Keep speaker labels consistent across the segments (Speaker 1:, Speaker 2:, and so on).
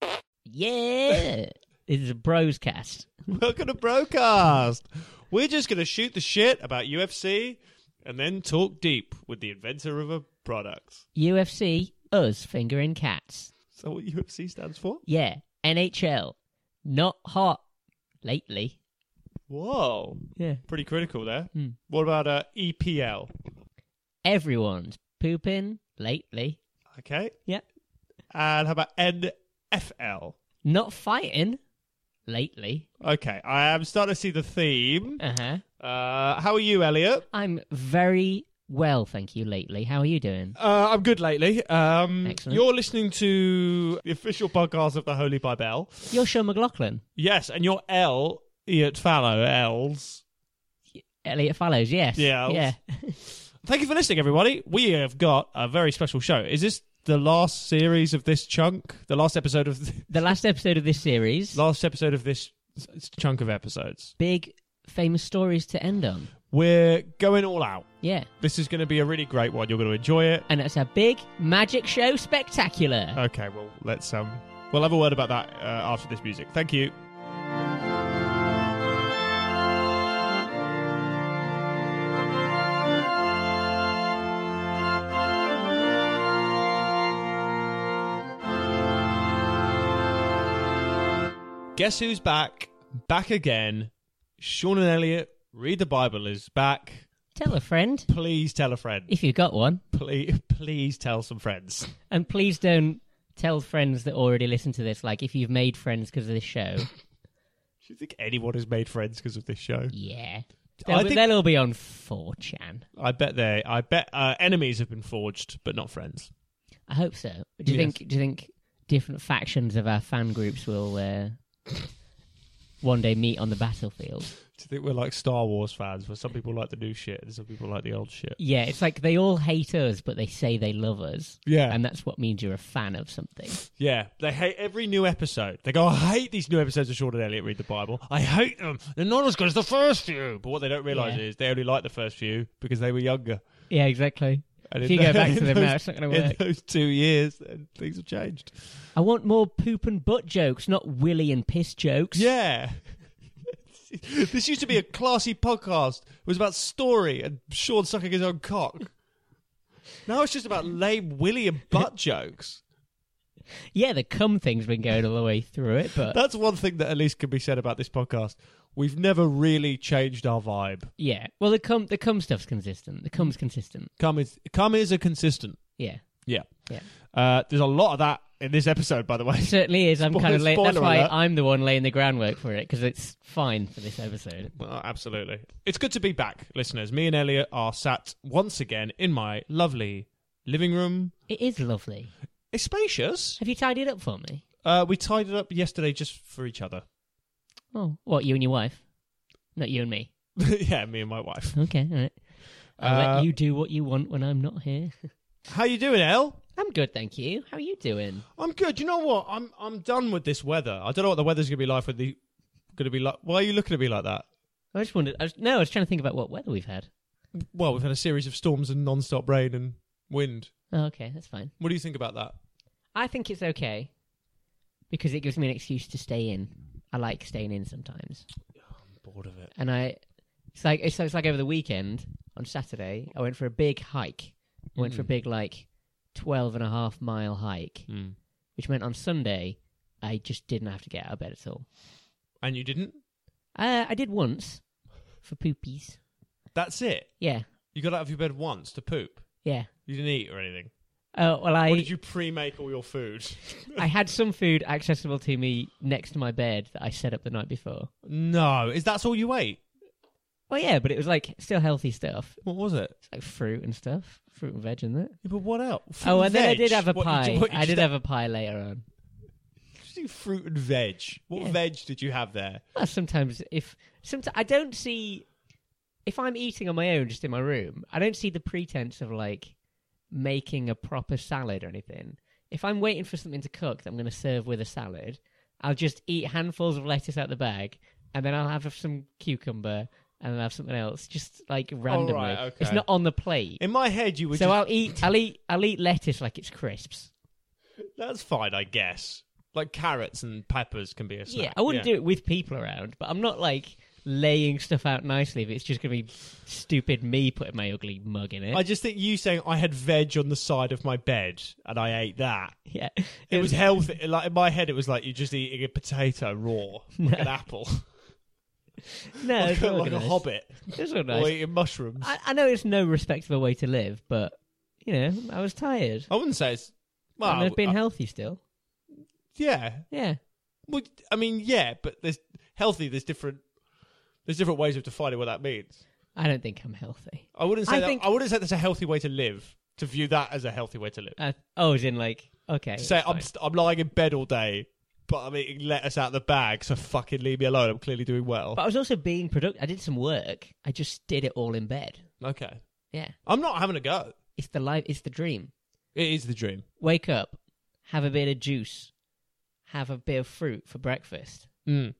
Speaker 1: Yeah. it's a bros cast.
Speaker 2: Welcome to Broadcast. We're just going to shoot the shit about UFC and then talk deep with the inventor of a product.
Speaker 1: UFC, us fingering cats.
Speaker 2: Is that what UFC stands for?
Speaker 1: Yeah. NHL, not hot lately.
Speaker 2: Whoa.
Speaker 1: Yeah.
Speaker 2: Pretty critical there.
Speaker 1: Hmm.
Speaker 2: What about uh, EPL?
Speaker 1: Everyone's pooping lately.
Speaker 2: Okay.
Speaker 1: Yeah.
Speaker 2: And how about NFL?
Speaker 1: Not fighting lately.
Speaker 2: Okay. I am starting to see the theme.
Speaker 1: Uh huh.
Speaker 2: Uh, how are you, Elliot?
Speaker 1: I'm very well, thank you, lately. How are you doing?
Speaker 2: Uh, I'm good lately. Um,
Speaker 1: Excellent.
Speaker 2: You're listening to the official podcast of the Holy Bible.
Speaker 1: You're Sean McLaughlin.
Speaker 2: Yes, and you're L, Elliot Fallow, Els.
Speaker 1: Elliot Fallows, yes.
Speaker 2: Yeah,
Speaker 1: Yeah.
Speaker 2: Thank you for listening, everybody. We have got a very special show. Is this the last series of this chunk? The last episode of
Speaker 1: The last episode of this series.
Speaker 2: last episode of this s- chunk of episodes.
Speaker 1: Big famous stories to end on.
Speaker 2: We're going all out.
Speaker 1: Yeah.
Speaker 2: This is going to be a really great one. You're going to enjoy it.
Speaker 1: And it's a big magic show spectacular.
Speaker 2: Okay, well, let's um, we'll have a word about that uh, after this music. Thank you. Guess who's back? Back again. Sean and Elliot, read the Bible is back.
Speaker 1: Tell a friend
Speaker 2: Please tell a friend.
Speaker 1: if you've got one.
Speaker 2: Please, please tell some friends.
Speaker 1: And please don't tell friends that already listen to this, like if you've made friends because of this show.
Speaker 2: Do you think anyone has made friends because of this show?
Speaker 1: yeah.
Speaker 2: I
Speaker 1: They'll,
Speaker 2: think-
Speaker 1: they'll all be on 4chan.
Speaker 2: I bet they. I bet uh, enemies have been forged, but not friends.
Speaker 1: I hope so. Do you
Speaker 2: Yes.
Speaker 1: think? Do you think different factions of our fan groups will uh, one day meet on the battlefield?
Speaker 2: Do you think we're like Star Wars fans, where some people like the new shit and some people like the old shit?
Speaker 1: Yeah, it's like they all hate us, but they say they love us,
Speaker 2: Yeah,
Speaker 1: and that's what means you're a fan of something.
Speaker 2: yeah. They hate every new episode. They go, "I hate these new episodes of Sean and Elliot read the Bible. I hate them. They're not as good as the first few." But what they don't realize
Speaker 1: Yeah.
Speaker 2: is they only like the first few because they were younger.
Speaker 1: Yeah, exactly.
Speaker 2: And
Speaker 1: If
Speaker 2: in
Speaker 1: you go
Speaker 2: tho-
Speaker 1: back to
Speaker 2: in
Speaker 1: them now,
Speaker 2: those-
Speaker 1: it's not going to
Speaker 2: in
Speaker 1: work.
Speaker 2: those two years, then things have changed.
Speaker 1: I want more poop and butt jokes, not willy and piss jokes.
Speaker 2: Yeah. this used to be a classy podcast. It was about story and Sean sucking his own cock. Now it's just about lame Willy and butt jokes.
Speaker 1: yeah, the cum thing's been going all the way through it, but
Speaker 2: That's one thing that at least can be said about this podcast. We've never really changed our vibe.
Speaker 1: yeah. Well, the cum, the cum stuff's consistent. The cum's consistent.
Speaker 2: Come is come is a consistent.
Speaker 1: Yeah,
Speaker 2: Yeah.
Speaker 1: Yeah.
Speaker 2: Uh, there's a lot of that in this episode, by the way.
Speaker 1: it certainly is. I'm kind of
Speaker 2: Spoiler-
Speaker 1: late. That's
Speaker 2: spoiler
Speaker 1: why
Speaker 2: alert.
Speaker 1: I'm the one laying the groundwork for it because it's fine for this episode.
Speaker 2: Well, absolutely. It's good to be back, listeners. Me and Elliot are sat once again in my lovely living room.
Speaker 1: It is lovely.
Speaker 2: It's spacious.
Speaker 1: Have you tidied up for me?
Speaker 2: Uh, we tied it up yesterday just for each other.
Speaker 1: Oh, what you and your wife? Not you and me.
Speaker 2: yeah, me and my wife.
Speaker 1: Okay, all right. I'll
Speaker 2: Uh,
Speaker 1: let you do what you want when I'm not here.
Speaker 2: How you doing, El?
Speaker 1: I'm good, thank you. How are you doing?
Speaker 2: I'm good. You know what? I'm I'm done with this weather. I don't know what the weather's gonna be like with the gonna be like. Why are you looking at me like that?
Speaker 1: I just wondered. I was, no, I was trying to think about what weather we've had.
Speaker 2: Well, we've had a series of storms and non-stop rain and wind.
Speaker 1: Oh, okay, that's fine.
Speaker 2: What do you think about that?
Speaker 1: I think it's okay because it gives me an excuse to stay in. I like staying in sometimes,
Speaker 2: I'm bored of it.
Speaker 1: and I it's like it's, it's like over the weekend on Saturday I went for a big hike. I went for a
Speaker 2: Mm.
Speaker 1: big like 12 and a half mile hike,
Speaker 2: Hmm.
Speaker 1: which meant on Sunday I just didn't have to get out of bed at all.
Speaker 2: And you didn't?
Speaker 1: Uh, I did once for poopies.
Speaker 2: That's it.
Speaker 1: Yeah,
Speaker 2: You got out of your bed once to poop.
Speaker 1: yeah.
Speaker 2: You didn't eat or anything.
Speaker 1: Oh well, I
Speaker 2: Or did you pre-make all your food?
Speaker 1: I had some food accessible to me next to my bed that I set up the night before.
Speaker 2: no, is that's all you ate?
Speaker 1: Well, yeah, but it was like still healthy stuff.
Speaker 2: What was it?
Speaker 1: It's like fruit and stuff, fruit and veg and that.
Speaker 2: Yeah, but what else?
Speaker 1: Oh, and then I did
Speaker 2: Veg.
Speaker 1: have a
Speaker 2: What you-
Speaker 1: pie.
Speaker 2: what you
Speaker 1: I did
Speaker 2: just-
Speaker 1: have a pie later on.
Speaker 2: Just do fruit and veg. What
Speaker 1: Yeah.
Speaker 2: veg did you have there?
Speaker 1: Well, sometimes if sometimes I don't see if I'm eating on my own just in my room, I don't see the pretense of like making a proper salad or anything. If I'm waiting for something to cook that I'm going to serve with a salad, I'll just eat handfuls of lettuce out the bag, and then I'll have some cucumber, and then I'll have something else, just like randomly.
Speaker 2: okay.
Speaker 1: It's not on the plate,
Speaker 2: In my head, you
Speaker 1: so
Speaker 2: would. just,
Speaker 1: I'll eat. I'll eat. I'll eat lettuce like it's crisps.
Speaker 2: That's fine, I guess. Like carrots and peppers can be a snack.
Speaker 1: Yeah, I wouldn't do it with people around, but I'm not like laying stuff out nicely if it's just going to be stupid me putting my ugly mug in it.
Speaker 2: I just think you saying I had veg on the side of my bed and I ate that.
Speaker 1: yeah,
Speaker 2: It was healthy. Like in my head, it was like you're just eating a potato raw, like an apple,
Speaker 1: no,
Speaker 2: like,
Speaker 1: it's
Speaker 2: a, like a
Speaker 1: organised.
Speaker 2: hobbit,
Speaker 1: It was organised.
Speaker 2: or eating mushrooms. I,
Speaker 1: I, I know it's no respectable way to live, but you know, I was tired.
Speaker 2: wouldn't say it's. Well,
Speaker 1: and I've been
Speaker 2: I-
Speaker 1: healthy still.
Speaker 2: yeah.
Speaker 1: Yeah,
Speaker 2: Well, I mean, yeah, but there's healthy. There's different. There's different ways of defining what that means.
Speaker 1: I don't think I'm healthy.
Speaker 2: I wouldn't say
Speaker 1: I
Speaker 2: that.
Speaker 1: think-
Speaker 2: I wouldn't say that's a healthy way to live. To view that as a healthy way to live.
Speaker 1: Uh, oh, as in like okay.
Speaker 2: to say
Speaker 1: it's
Speaker 2: I'm
Speaker 1: fine.
Speaker 2: st- I'm lying in bed all day, but I'm eating lettuce out of the bag, so fucking leave me alone. I'm clearly doing well.
Speaker 1: but I was also being productive. I did some work. I just did it all in bed.
Speaker 2: okay,
Speaker 1: Yeah,
Speaker 2: I'm not having a go.
Speaker 1: it's the life. It's the dream.
Speaker 2: It is the dream.
Speaker 1: Wake up, have a bit of juice, have a bit of fruit for breakfast.
Speaker 2: Mm.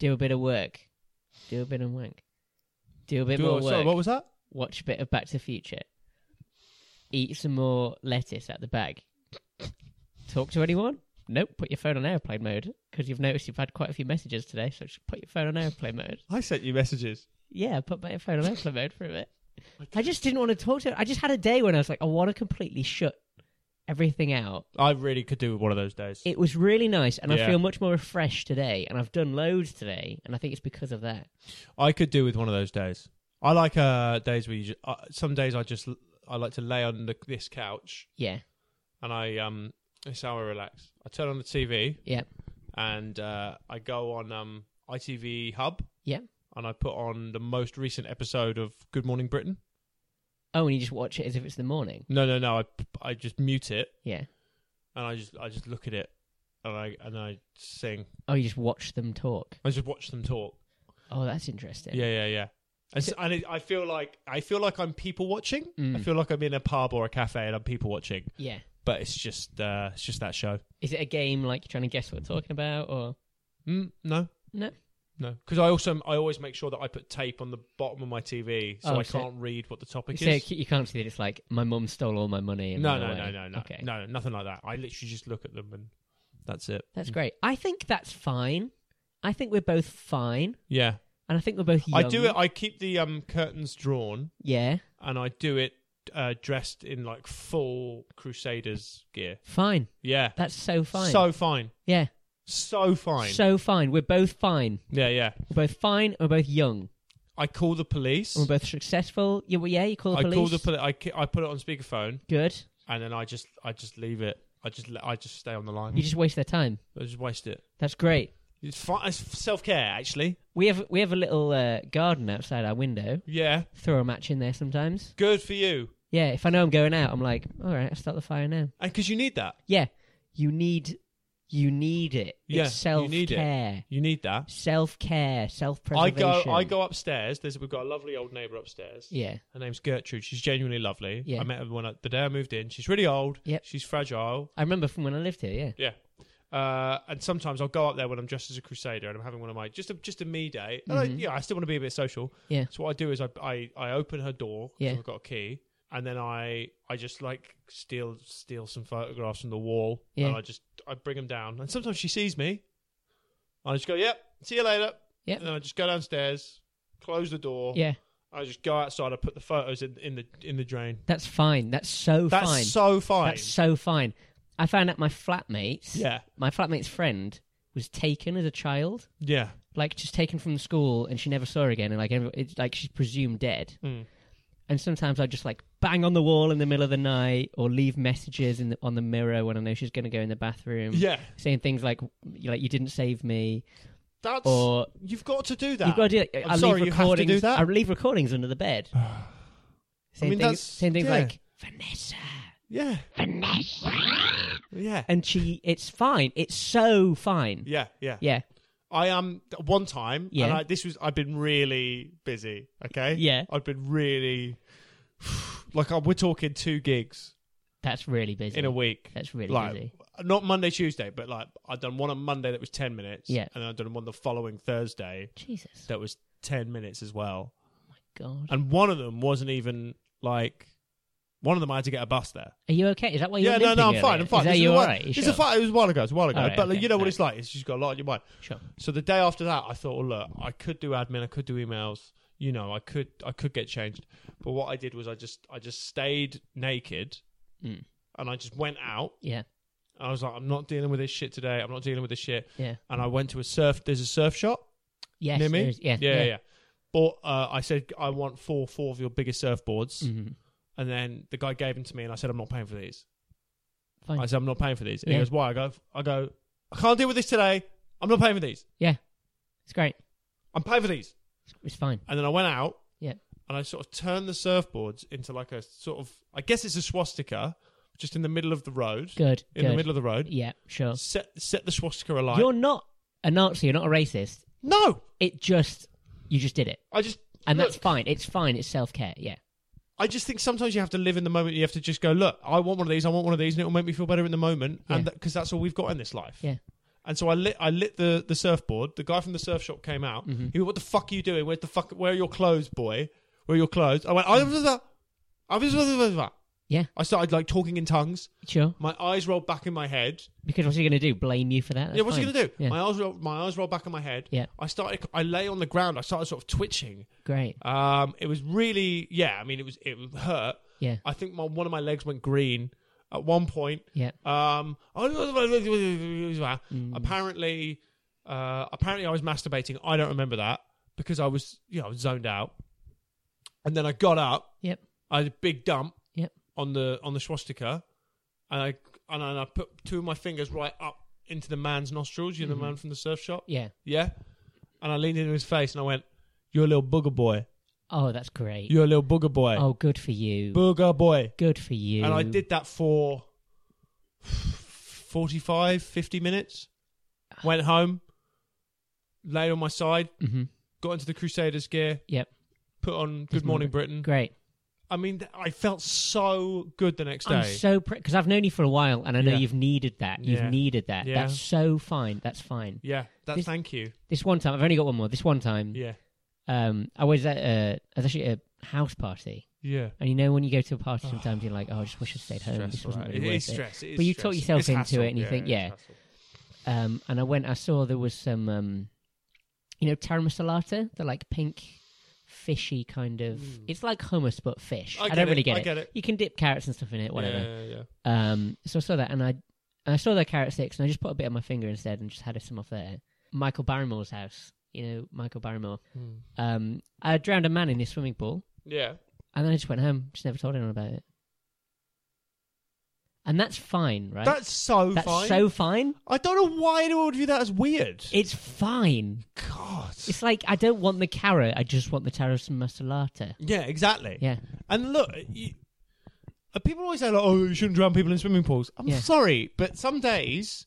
Speaker 1: Do a bit of work. Do a bit of wank. Do a bit
Speaker 2: Do-
Speaker 1: more
Speaker 2: sorry,
Speaker 1: work.
Speaker 2: what was that?
Speaker 1: Watch a bit of Back to the Future. Eat some more lettuce at the bag. Talk to anyone? Nope. Put your phone on airplane mode because you've noticed you've had quite a few messages today. So just put your phone on airplane mode.
Speaker 2: I sent you messages.
Speaker 1: Yeah, put my phone on airplane mode for a bit. I just didn't want to talk to. I just had a day when I was like, I want to completely shut everything out.
Speaker 2: I really could do with one of those days.
Speaker 1: It was really nice, and I
Speaker 2: Yeah.
Speaker 1: feel much more refreshed today. And I've done loads today, and I think it's because of that.
Speaker 2: I could do with one of those days. I like uh, days where you ju- uh, some days I just I like to lay on the, this couch
Speaker 1: Yeah,
Speaker 2: and I um it's how I relax. I turn on the TV
Speaker 1: yeah,
Speaker 2: and uh, I go on um ITV Hub.
Speaker 1: Yeah.
Speaker 2: And I put on the most recent episode of Good Morning Britain.
Speaker 1: Oh, and you just watch it as if it's the morning.
Speaker 2: No, no, no. I, I just mute it
Speaker 1: Yeah.
Speaker 2: and I just I just look at it and I and I sing.
Speaker 1: Oh, you just watch them talk.
Speaker 2: I just watch them talk.
Speaker 1: Oh, that's interesting.
Speaker 2: Yeah, yeah, yeah. And,
Speaker 1: Is
Speaker 2: so, and it, I feel like I feel like I'm people watching. I
Speaker 1: Mm.
Speaker 2: feel like I'm in a pub or a cafe and I'm people watching.
Speaker 1: Yeah.
Speaker 2: But it's just uh, it's just that show.
Speaker 1: Is it a game like you're trying to guess what we're talking about, or
Speaker 2: Mm, no,
Speaker 1: No.
Speaker 2: no. Because I also I always make sure that I put tape on the bottom of my TV so
Speaker 1: Oh,
Speaker 2: I
Speaker 1: so-
Speaker 2: can't read what the topic
Speaker 1: so
Speaker 2: is.
Speaker 1: you can't see that it's like my mum stole all my money? And
Speaker 2: No,
Speaker 1: ran
Speaker 2: no,
Speaker 1: away.
Speaker 2: no, no, no,
Speaker 1: Okay,
Speaker 2: no, nothing like that. I literally just look at them and that's it.
Speaker 1: that's great. I think that's fine. I think we're both fine,
Speaker 2: Yeah,
Speaker 1: and I think we're both. Young.
Speaker 2: I do it. I keep the um curtains drawn.
Speaker 1: Yeah,
Speaker 2: and I do it uh, dressed in like full Crusaders gear.
Speaker 1: fine.
Speaker 2: Yeah,
Speaker 1: That's so fine.
Speaker 2: so fine,
Speaker 1: yeah,
Speaker 2: so fine.
Speaker 1: so fine. We're both fine.
Speaker 2: yeah, yeah.
Speaker 1: We're both fine. and We're both young.
Speaker 2: I call the police.
Speaker 1: And we're both successful. You, yeah, you call the
Speaker 2: I
Speaker 1: police.
Speaker 2: call the police. I, ki- I put it on speakerphone,
Speaker 1: Good.
Speaker 2: and then I just I just leave it. I just le- I just stay on the line.
Speaker 1: You just waste their time.
Speaker 2: I just waste it.
Speaker 1: That's great.
Speaker 2: It's, fi- it's self care actually.
Speaker 1: We have we have a little uh, garden outside our window.
Speaker 2: Yeah,
Speaker 1: Throw a match in there sometimes.
Speaker 2: good for you.
Speaker 1: Yeah, if I know I'm going out, I'm like, all right, I'll start the fire now.
Speaker 2: And because you need that,
Speaker 1: Yeah, you need you need it.
Speaker 2: Yeah,
Speaker 1: it's
Speaker 2: you
Speaker 1: self
Speaker 2: need it.
Speaker 1: care,
Speaker 2: you need that.
Speaker 1: self care, self
Speaker 2: I
Speaker 1: preservation.
Speaker 2: go I go upstairs. There's we've got a lovely old neighbour upstairs.
Speaker 1: Yeah,
Speaker 2: Her name's Gertrude. She's genuinely lovely.
Speaker 1: Yeah.
Speaker 2: I met her when I, the day I moved in. She's really old.
Speaker 1: Yep.
Speaker 2: She's fragile.
Speaker 1: I remember from when I lived here. Yeah,
Speaker 2: Yeah. Uh, and sometimes I'll go up there when I'm dressed as a crusader and I'm having one of my just a just a me day. And I,
Speaker 1: Mhm.
Speaker 2: yeah, I still want to be a bit social.
Speaker 1: Yeah.
Speaker 2: So what I do is I I, I open her door. 'cause
Speaker 1: Yeah.
Speaker 2: I've got a key, and then I I just like steal steal some photographs from the wall.
Speaker 1: Yeah.
Speaker 2: And I just I bring them down, and sometimes she sees me. I just go, yep, see you later.
Speaker 1: Yep.
Speaker 2: And then I just go downstairs, close the door.
Speaker 1: yeah,
Speaker 2: I just go outside. I put the photos in, in the in the drain.
Speaker 1: that's fine. That's so
Speaker 2: That's
Speaker 1: fine.
Speaker 2: so fine.
Speaker 1: That's so fine. I found out my flatmates,
Speaker 2: yeah.
Speaker 1: my flatmate's friend, was taken as a child,
Speaker 2: Yeah.
Speaker 1: like just taken from school, and she never saw her again, and like every- it's like she's presumed dead.
Speaker 2: Mm.
Speaker 1: And sometimes I just like bang on the wall in the middle of the night, or leave messages in the, on the mirror when I know she's going to go in the bathroom.
Speaker 2: Yeah.
Speaker 1: saying things like you- like you didn't save me
Speaker 2: That's
Speaker 1: or
Speaker 2: you've got to do that.
Speaker 1: you've got to do that.
Speaker 2: I'm
Speaker 1: I leave
Speaker 2: sorry, you have to
Speaker 1: recordings,
Speaker 2: do that?
Speaker 1: I leave recordings under the bed. Saying
Speaker 2: mean,
Speaker 1: things,
Speaker 2: that's-
Speaker 1: saying things
Speaker 2: yeah.
Speaker 1: like Vanessa,
Speaker 2: Yeah.
Speaker 1: Vanessa,
Speaker 2: Yeah.
Speaker 1: and she it's fine. It's so fine.
Speaker 2: Yeah, yeah.
Speaker 1: Yeah,
Speaker 2: I um th- one time
Speaker 1: Yeah.
Speaker 2: and I, this was I've been really busy, okay?
Speaker 1: Yeah.
Speaker 2: I've been really like I, we're talking two gigs
Speaker 1: that's really busy.
Speaker 2: in a week.
Speaker 1: that's really
Speaker 2: like
Speaker 1: busy.
Speaker 2: not Monday, Tuesday, but like I've done one on Monday that was 10 minutes
Speaker 1: Yeah.
Speaker 2: and I've done one the following Thursday
Speaker 1: Jesus,
Speaker 2: that was 10 minutes as well.
Speaker 1: God.
Speaker 2: And one of them wasn't even like One of them I had to get a bus there.
Speaker 1: Are you okay? Is that why you're
Speaker 2: yeah, no, no, I'm
Speaker 1: limping
Speaker 2: fine.
Speaker 1: earlier?
Speaker 2: I'm fine.
Speaker 1: Is that
Speaker 2: this
Speaker 1: you all
Speaker 2: is why-
Speaker 1: right? You
Speaker 2: This
Speaker 1: sure?
Speaker 2: is fine. It was a while ago. It was a while ago.
Speaker 1: All right,
Speaker 2: but like,
Speaker 1: okay,
Speaker 2: you know what
Speaker 1: all
Speaker 2: it's like. It's just got a lot on your mind.
Speaker 1: Sure.
Speaker 2: So the day after that, I thought, well, look, I could do admin, I could do emails, you know, I could I could get changed. But what I did was I just I just stayed naked,
Speaker 1: Mm.
Speaker 2: and I just went out.
Speaker 1: Yeah.
Speaker 2: And I was like, I'm not dealing with this shit today. I'm not dealing with this shit.
Speaker 1: Yeah.
Speaker 2: And I went to a surf. There's a surf shop
Speaker 1: Yes.
Speaker 2: near me.
Speaker 1: there is- Yeah.
Speaker 2: yeah, yeah. But uh, I said I want four four of your biggest surfboards,
Speaker 1: Mhm.
Speaker 2: and then the guy gave them to me, and I said I'm not paying for these.
Speaker 1: Fine.
Speaker 2: I said I'm not paying for these. And
Speaker 1: Yeah.
Speaker 2: he goes, why? I go, I go, I can't deal with this today. I'm not paying for these.
Speaker 1: It's great.
Speaker 2: I'm paying for these.
Speaker 1: It's, it's fine.
Speaker 2: And then I went out.
Speaker 1: Yeah.
Speaker 2: And I sort of turned the surfboards into like a sort of, I guess it's a swastika, just in the middle of the road.
Speaker 1: Good.
Speaker 2: In
Speaker 1: good.
Speaker 2: the middle of the road.
Speaker 1: Yeah. Sure.
Speaker 2: Set set the swastika alight.
Speaker 1: You're not a Nazi. You're not a racist.
Speaker 2: no,
Speaker 1: It just you just did it,
Speaker 2: I just
Speaker 1: and
Speaker 2: look,
Speaker 1: that's fine. It's fine. It's self care. Yeah.
Speaker 2: I just think sometimes you have to live in the moment. You have to just go, look, I want one of these. I want one of these, and it will make me feel better in the moment. And
Speaker 1: Yeah.
Speaker 2: because that's all we've got in this life.
Speaker 1: Yeah.
Speaker 2: And so I lit. I lit the the surfboard. The guy from the surf shop came out.
Speaker 1: Mm-hmm.
Speaker 2: He went, "What the fuck are you doing? Where's the fuck? Where are your clothes, boy? Where are your clothes?" I went, "I was that. I was that."
Speaker 1: Yeah.
Speaker 2: I started like talking in tongues.
Speaker 1: Sure.
Speaker 2: My eyes rolled back in my head.
Speaker 1: Because what's he going to do? Blame you for that? That's
Speaker 2: yeah, what's he
Speaker 1: fine.
Speaker 2: gonna do?
Speaker 1: Yeah.
Speaker 2: My eyes rolled. My eyes rolled back in my head.
Speaker 1: Yeah.
Speaker 2: I started. I lay on the ground. I started sort of twitching.
Speaker 1: Great.
Speaker 2: Um, it was really. Yeah. I mean, it was. It hurt.
Speaker 1: Yeah.
Speaker 2: I think my, one of my legs went green at one point.
Speaker 1: Yeah.
Speaker 2: Um,
Speaker 1: Mm.
Speaker 2: apparently, uh, apparently I was masturbating. I don't remember that because I was, you know, I was zoned out. And then I got up.
Speaker 1: Yep.
Speaker 2: I had a big dump.
Speaker 1: Yep.
Speaker 2: On the on the swastika, and I and I, and I put two of my fingers right up into the man's nostrils. You know, the man from the surf shop.
Speaker 1: Yeah.
Speaker 2: Yeah. And I leaned into his face and I went, "You're a little booger boy.
Speaker 1: Oh, that's great.
Speaker 2: You're a little booger boy.
Speaker 1: Oh, good for you.
Speaker 2: Booger boy."
Speaker 1: good for you.
Speaker 2: and I did that for 45, 50 minutes. Went home, lay on my side,
Speaker 1: Mhm.
Speaker 2: got into the Crusaders gear.
Speaker 1: Yep.
Speaker 2: Put on
Speaker 1: Good
Speaker 2: Good Morning
Speaker 1: Morning
Speaker 2: Britain.
Speaker 1: Great.
Speaker 2: I mean, th- I felt so good the next
Speaker 1: I'm
Speaker 2: day.
Speaker 1: so because I've known you for a while, and I know
Speaker 2: Yeah.
Speaker 1: you've needed that. You've
Speaker 2: Yeah.
Speaker 1: needed that.
Speaker 2: Yeah.
Speaker 1: That's so fine. That's fine.
Speaker 2: yeah, that.
Speaker 1: This- Mm.
Speaker 2: thank you.
Speaker 1: This one time, I've only got one more. This one time,
Speaker 2: Yeah,
Speaker 1: um, I was at a, I was actually at a house party,
Speaker 2: yeah.
Speaker 1: and you know when you go to a party, sometimes you're like, oh, I just wish I stayed home. this
Speaker 2: Stressful,
Speaker 1: wasn't
Speaker 2: right?
Speaker 1: really
Speaker 2: it
Speaker 1: worth
Speaker 2: is
Speaker 1: it.
Speaker 2: stress. it is
Speaker 1: But you
Speaker 2: stress.
Speaker 1: talk yourself
Speaker 2: It's
Speaker 1: into it
Speaker 2: hassle,
Speaker 1: and you think,
Speaker 2: it's
Speaker 1: yeah.
Speaker 2: hassle.
Speaker 1: Um, and I went, I saw there was some, um, you know, taramasalata, the like pink, fishy kind of.
Speaker 2: Mm.
Speaker 1: It's like hummus but fish. I,
Speaker 2: get
Speaker 1: don't really
Speaker 2: it.
Speaker 1: get,
Speaker 2: I get it.
Speaker 1: You can dip carrots and stuff in it, whatever.
Speaker 2: Yeah, yeah, yeah.
Speaker 1: Um, so I saw that, and I I saw the carrot sticks, and I just put a bit on my finger instead, and just had some off there. Michael Barrymore's house, you know, Michael Barrymore.
Speaker 2: Hmm.
Speaker 1: Um, I drowned a man in his swimming pool,
Speaker 2: Yeah.
Speaker 1: and then I just went home, just never told anyone about it. And that's fine, right?
Speaker 2: That's so
Speaker 1: That's
Speaker 2: fine.
Speaker 1: so fine.
Speaker 2: I don't know why anyone would view that as weird.
Speaker 1: It's fine.
Speaker 2: God.
Speaker 1: It's like I don't want the carrot. I just want the taramasalata.
Speaker 2: Yeah, exactly.
Speaker 1: Yeah,
Speaker 2: And look, you, uh, people always say, like, "Oh, you shouldn't drown people in swimming pools." I'm
Speaker 1: Yeah.
Speaker 2: sorry, but some days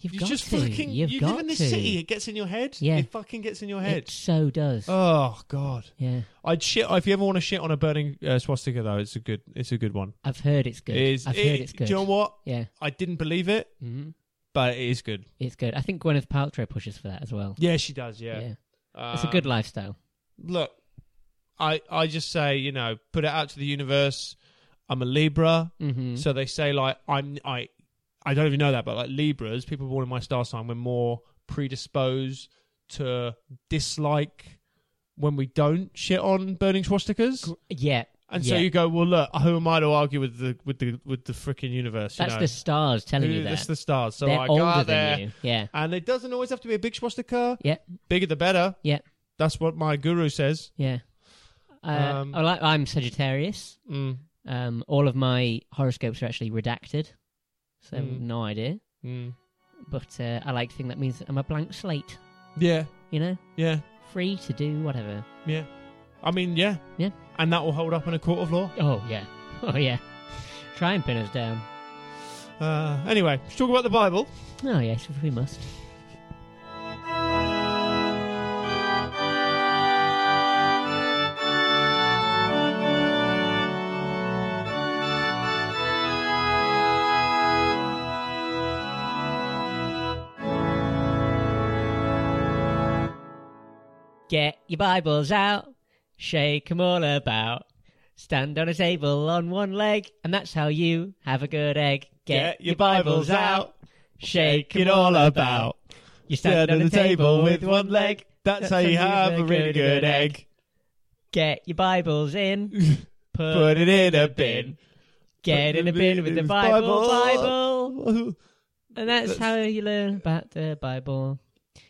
Speaker 1: you've
Speaker 2: you
Speaker 1: got
Speaker 2: just
Speaker 1: to.
Speaker 2: fucking
Speaker 1: you've
Speaker 2: you
Speaker 1: got
Speaker 2: live in this
Speaker 1: to.
Speaker 2: city. It gets in your head.
Speaker 1: Yeah.
Speaker 2: it fucking gets in your head.
Speaker 1: It so does.
Speaker 2: Oh God,
Speaker 1: yeah,
Speaker 2: I'd shit. If you ever want to shit on a burning uh, swastika, though, it's a good, it's a good one.
Speaker 1: I've heard it's good.
Speaker 2: It is-
Speaker 1: I've
Speaker 2: it-
Speaker 1: heard it's good.
Speaker 2: Do you know what?
Speaker 1: Yeah.
Speaker 2: I didn't believe it,
Speaker 1: hmm
Speaker 2: but it is good.
Speaker 1: It's good. I think Gwyneth Paltrow pushes for that as well.
Speaker 2: Yeah, she does.
Speaker 1: Yeah,
Speaker 2: Yeah,
Speaker 1: it's a good
Speaker 2: Um,
Speaker 1: lifestyle.
Speaker 2: Look, I I just say you know put it out to the universe. I'm a Libra.
Speaker 1: Mm-hmm.
Speaker 2: So they say like I'm I I don't even know that, but like Libras, people born in my star sign, we're more predisposed to dislike when we don't shit on burning swastikas.
Speaker 1: yeah,
Speaker 2: And
Speaker 1: yeah.
Speaker 2: so you go, well, look, who am I to argue with the with the with the freaking universe?
Speaker 1: that's
Speaker 2: you know?
Speaker 1: the stars telling
Speaker 2: Who-
Speaker 1: you
Speaker 2: That's
Speaker 1: that.
Speaker 2: the stars. So
Speaker 1: They're
Speaker 2: I go
Speaker 1: older than
Speaker 2: out there,
Speaker 1: you. Yeah,
Speaker 2: and it doesn't always have to be a big swastika.
Speaker 1: Yeah.
Speaker 2: bigger the better.
Speaker 1: Yeah.
Speaker 2: that's what my guru says.
Speaker 1: yeah. Uh,
Speaker 2: Um,
Speaker 1: I like, I'm Sagittarius.
Speaker 2: Mm.
Speaker 1: Um, all of my horoscopes are actually redacted, so
Speaker 2: Mm.
Speaker 1: no idea.
Speaker 2: Mm.
Speaker 1: But uh, I like to think that means that I'm a blank slate.
Speaker 2: Yeah,
Speaker 1: You know,
Speaker 2: yeah,
Speaker 1: free to do whatever.
Speaker 2: yeah. I mean, yeah,
Speaker 1: Yeah.
Speaker 2: And that will hold up in a court of law.
Speaker 1: Oh yeah, oh yeah. Try and pin us down.
Speaker 2: Uh, anyway, let's talk about the Bible.
Speaker 1: Oh yes, if we must. Get your Bibles out, shake 'em all about. Stand on a table on one leg, and that's how you have a good egg. Get, your Bibles out, shake it all about. You stand on a table with one leg.
Speaker 2: That's how you have a really good egg.
Speaker 1: Get your Bibles in.
Speaker 2: Put it in
Speaker 1: Uh,
Speaker 2: a bin.
Speaker 1: Get in a bin with the Bible, Bible. And that's how you learn about the Bible.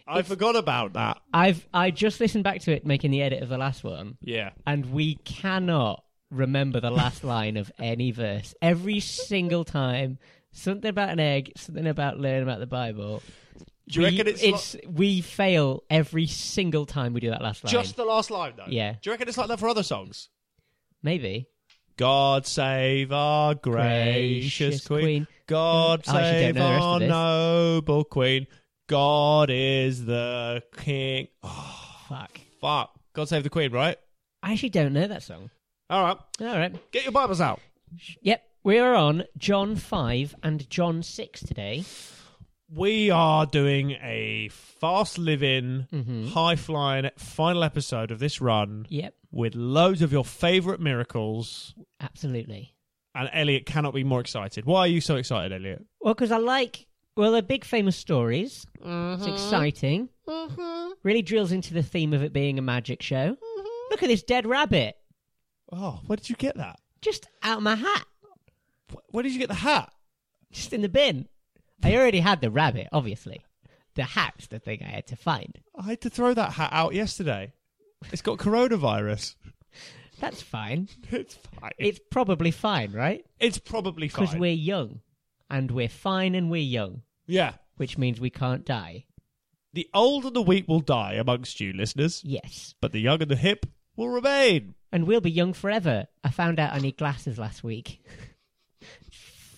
Speaker 2: I forgot about that.
Speaker 1: I've I just listened back to it making the edit of the last one,
Speaker 2: Yeah.
Speaker 1: and we cannot remember the last line of any verse. Every single time, something about an egg, something about learning about the Bible.
Speaker 2: Do you
Speaker 1: we,
Speaker 2: reckon it's,
Speaker 1: we fail every single time we do that last
Speaker 2: like-
Speaker 1: line.
Speaker 2: just the last line though?
Speaker 1: Yeah.
Speaker 2: Do you reckon it's like that for other songs?
Speaker 1: Maybe
Speaker 2: God save our gracious, queen. God
Speaker 1: I actually don't
Speaker 2: save
Speaker 1: know the rest of
Speaker 2: our
Speaker 1: this.
Speaker 2: noble queen. God is the king. Oh,
Speaker 1: Fuck.
Speaker 2: fuck. God save the queen, right?
Speaker 1: I actually don't know that song.
Speaker 2: All right.
Speaker 1: All right.
Speaker 2: Get your Bibles out.
Speaker 1: Yep. We are on John 5 and John 6 today.
Speaker 2: We are doing a fast living,
Speaker 1: Mhm.
Speaker 2: high flying final episode of this run
Speaker 1: Yep.
Speaker 2: with loads of your favourite miracles.
Speaker 1: Absolutely.
Speaker 2: And Elliot cannot be more excited. Why are you so excited, Elliot?
Speaker 1: Well, because I like, well, they're big famous stories. It's exciting. Really drills into the theme of it being a magic show. Look at this dead rabbit
Speaker 2: Oh, where did you get that?
Speaker 1: just out of my hat,
Speaker 2: Wh- Where did you get the hat?
Speaker 1: just in the bin. I already had the rabbit, obviously. The hat's the thing I had to find.
Speaker 2: I had to throw that hat out yesterday. It's got coronavirus.
Speaker 1: That's fine.
Speaker 2: It's fine.
Speaker 1: It's probably fine, right?
Speaker 2: It's probably
Speaker 1: Because
Speaker 2: fine.
Speaker 1: we're young. And we're fine and we're young,
Speaker 2: yeah.
Speaker 1: which means we can't die.
Speaker 2: The old and the weak will die amongst you, listeners,
Speaker 1: Yes.
Speaker 2: but the young and the hip will remain.
Speaker 1: And we'll be young forever. I found out I need glasses last week.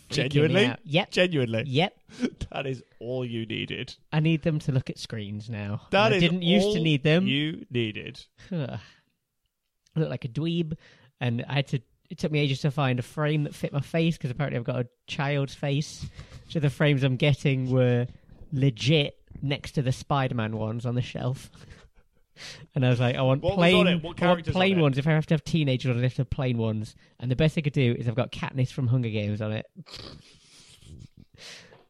Speaker 1: Freaking me
Speaker 2: Genuinely?
Speaker 1: out. Yep.
Speaker 2: Genuinely.
Speaker 1: Yep.
Speaker 2: That is all you needed.
Speaker 1: I need them to look at screens now.
Speaker 2: That
Speaker 1: I
Speaker 2: is
Speaker 1: didn't used to
Speaker 2: all
Speaker 1: need them.
Speaker 2: You needed.
Speaker 1: Ugh. I look like a dweeb, and I had to. It took me ages to find a frame that fit my face because apparently I've got a child's face. So the frames I'm getting were legit next to the Spider-Man ones on the shelf. And I was like, I want
Speaker 2: What was
Speaker 1: plain,
Speaker 2: on it? What
Speaker 1: I want
Speaker 2: characters on
Speaker 1: plain
Speaker 2: it?
Speaker 1: ones. If I have to have teenagers on it, I have to have plain ones. And the best I could do is I've got Katniss from Hunger Games on it.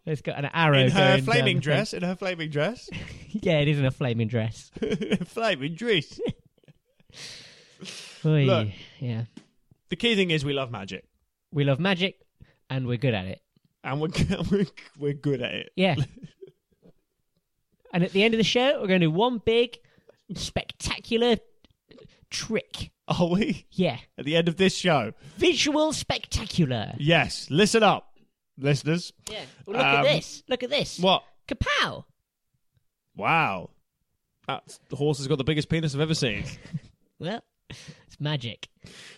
Speaker 1: It's got an arrow
Speaker 2: In her
Speaker 1: going down
Speaker 2: flaming
Speaker 1: the thing.
Speaker 2: dress. In her flaming dress.
Speaker 1: Yeah, it isn't a flaming dress.
Speaker 2: flaming dress.
Speaker 1: Oy,
Speaker 2: Look.
Speaker 1: Yeah.
Speaker 2: The key thing is we love magic.
Speaker 1: we love magic and we're good at it.
Speaker 2: And we're, we're, we're good at it.
Speaker 1: Yeah. and at the end of the show, we're going to do one big, spectacular trick.
Speaker 2: Are we?
Speaker 1: Yeah.
Speaker 2: At the end of this show.
Speaker 1: Visual spectacular.
Speaker 2: Yes. Listen up, listeners.
Speaker 1: Yeah. Well, look at
Speaker 2: Um,
Speaker 1: this. Look at this.
Speaker 2: What?
Speaker 1: Kapow.
Speaker 2: Wow. That's, the horse has got the biggest penis I've ever seen.
Speaker 1: Well, it's magic.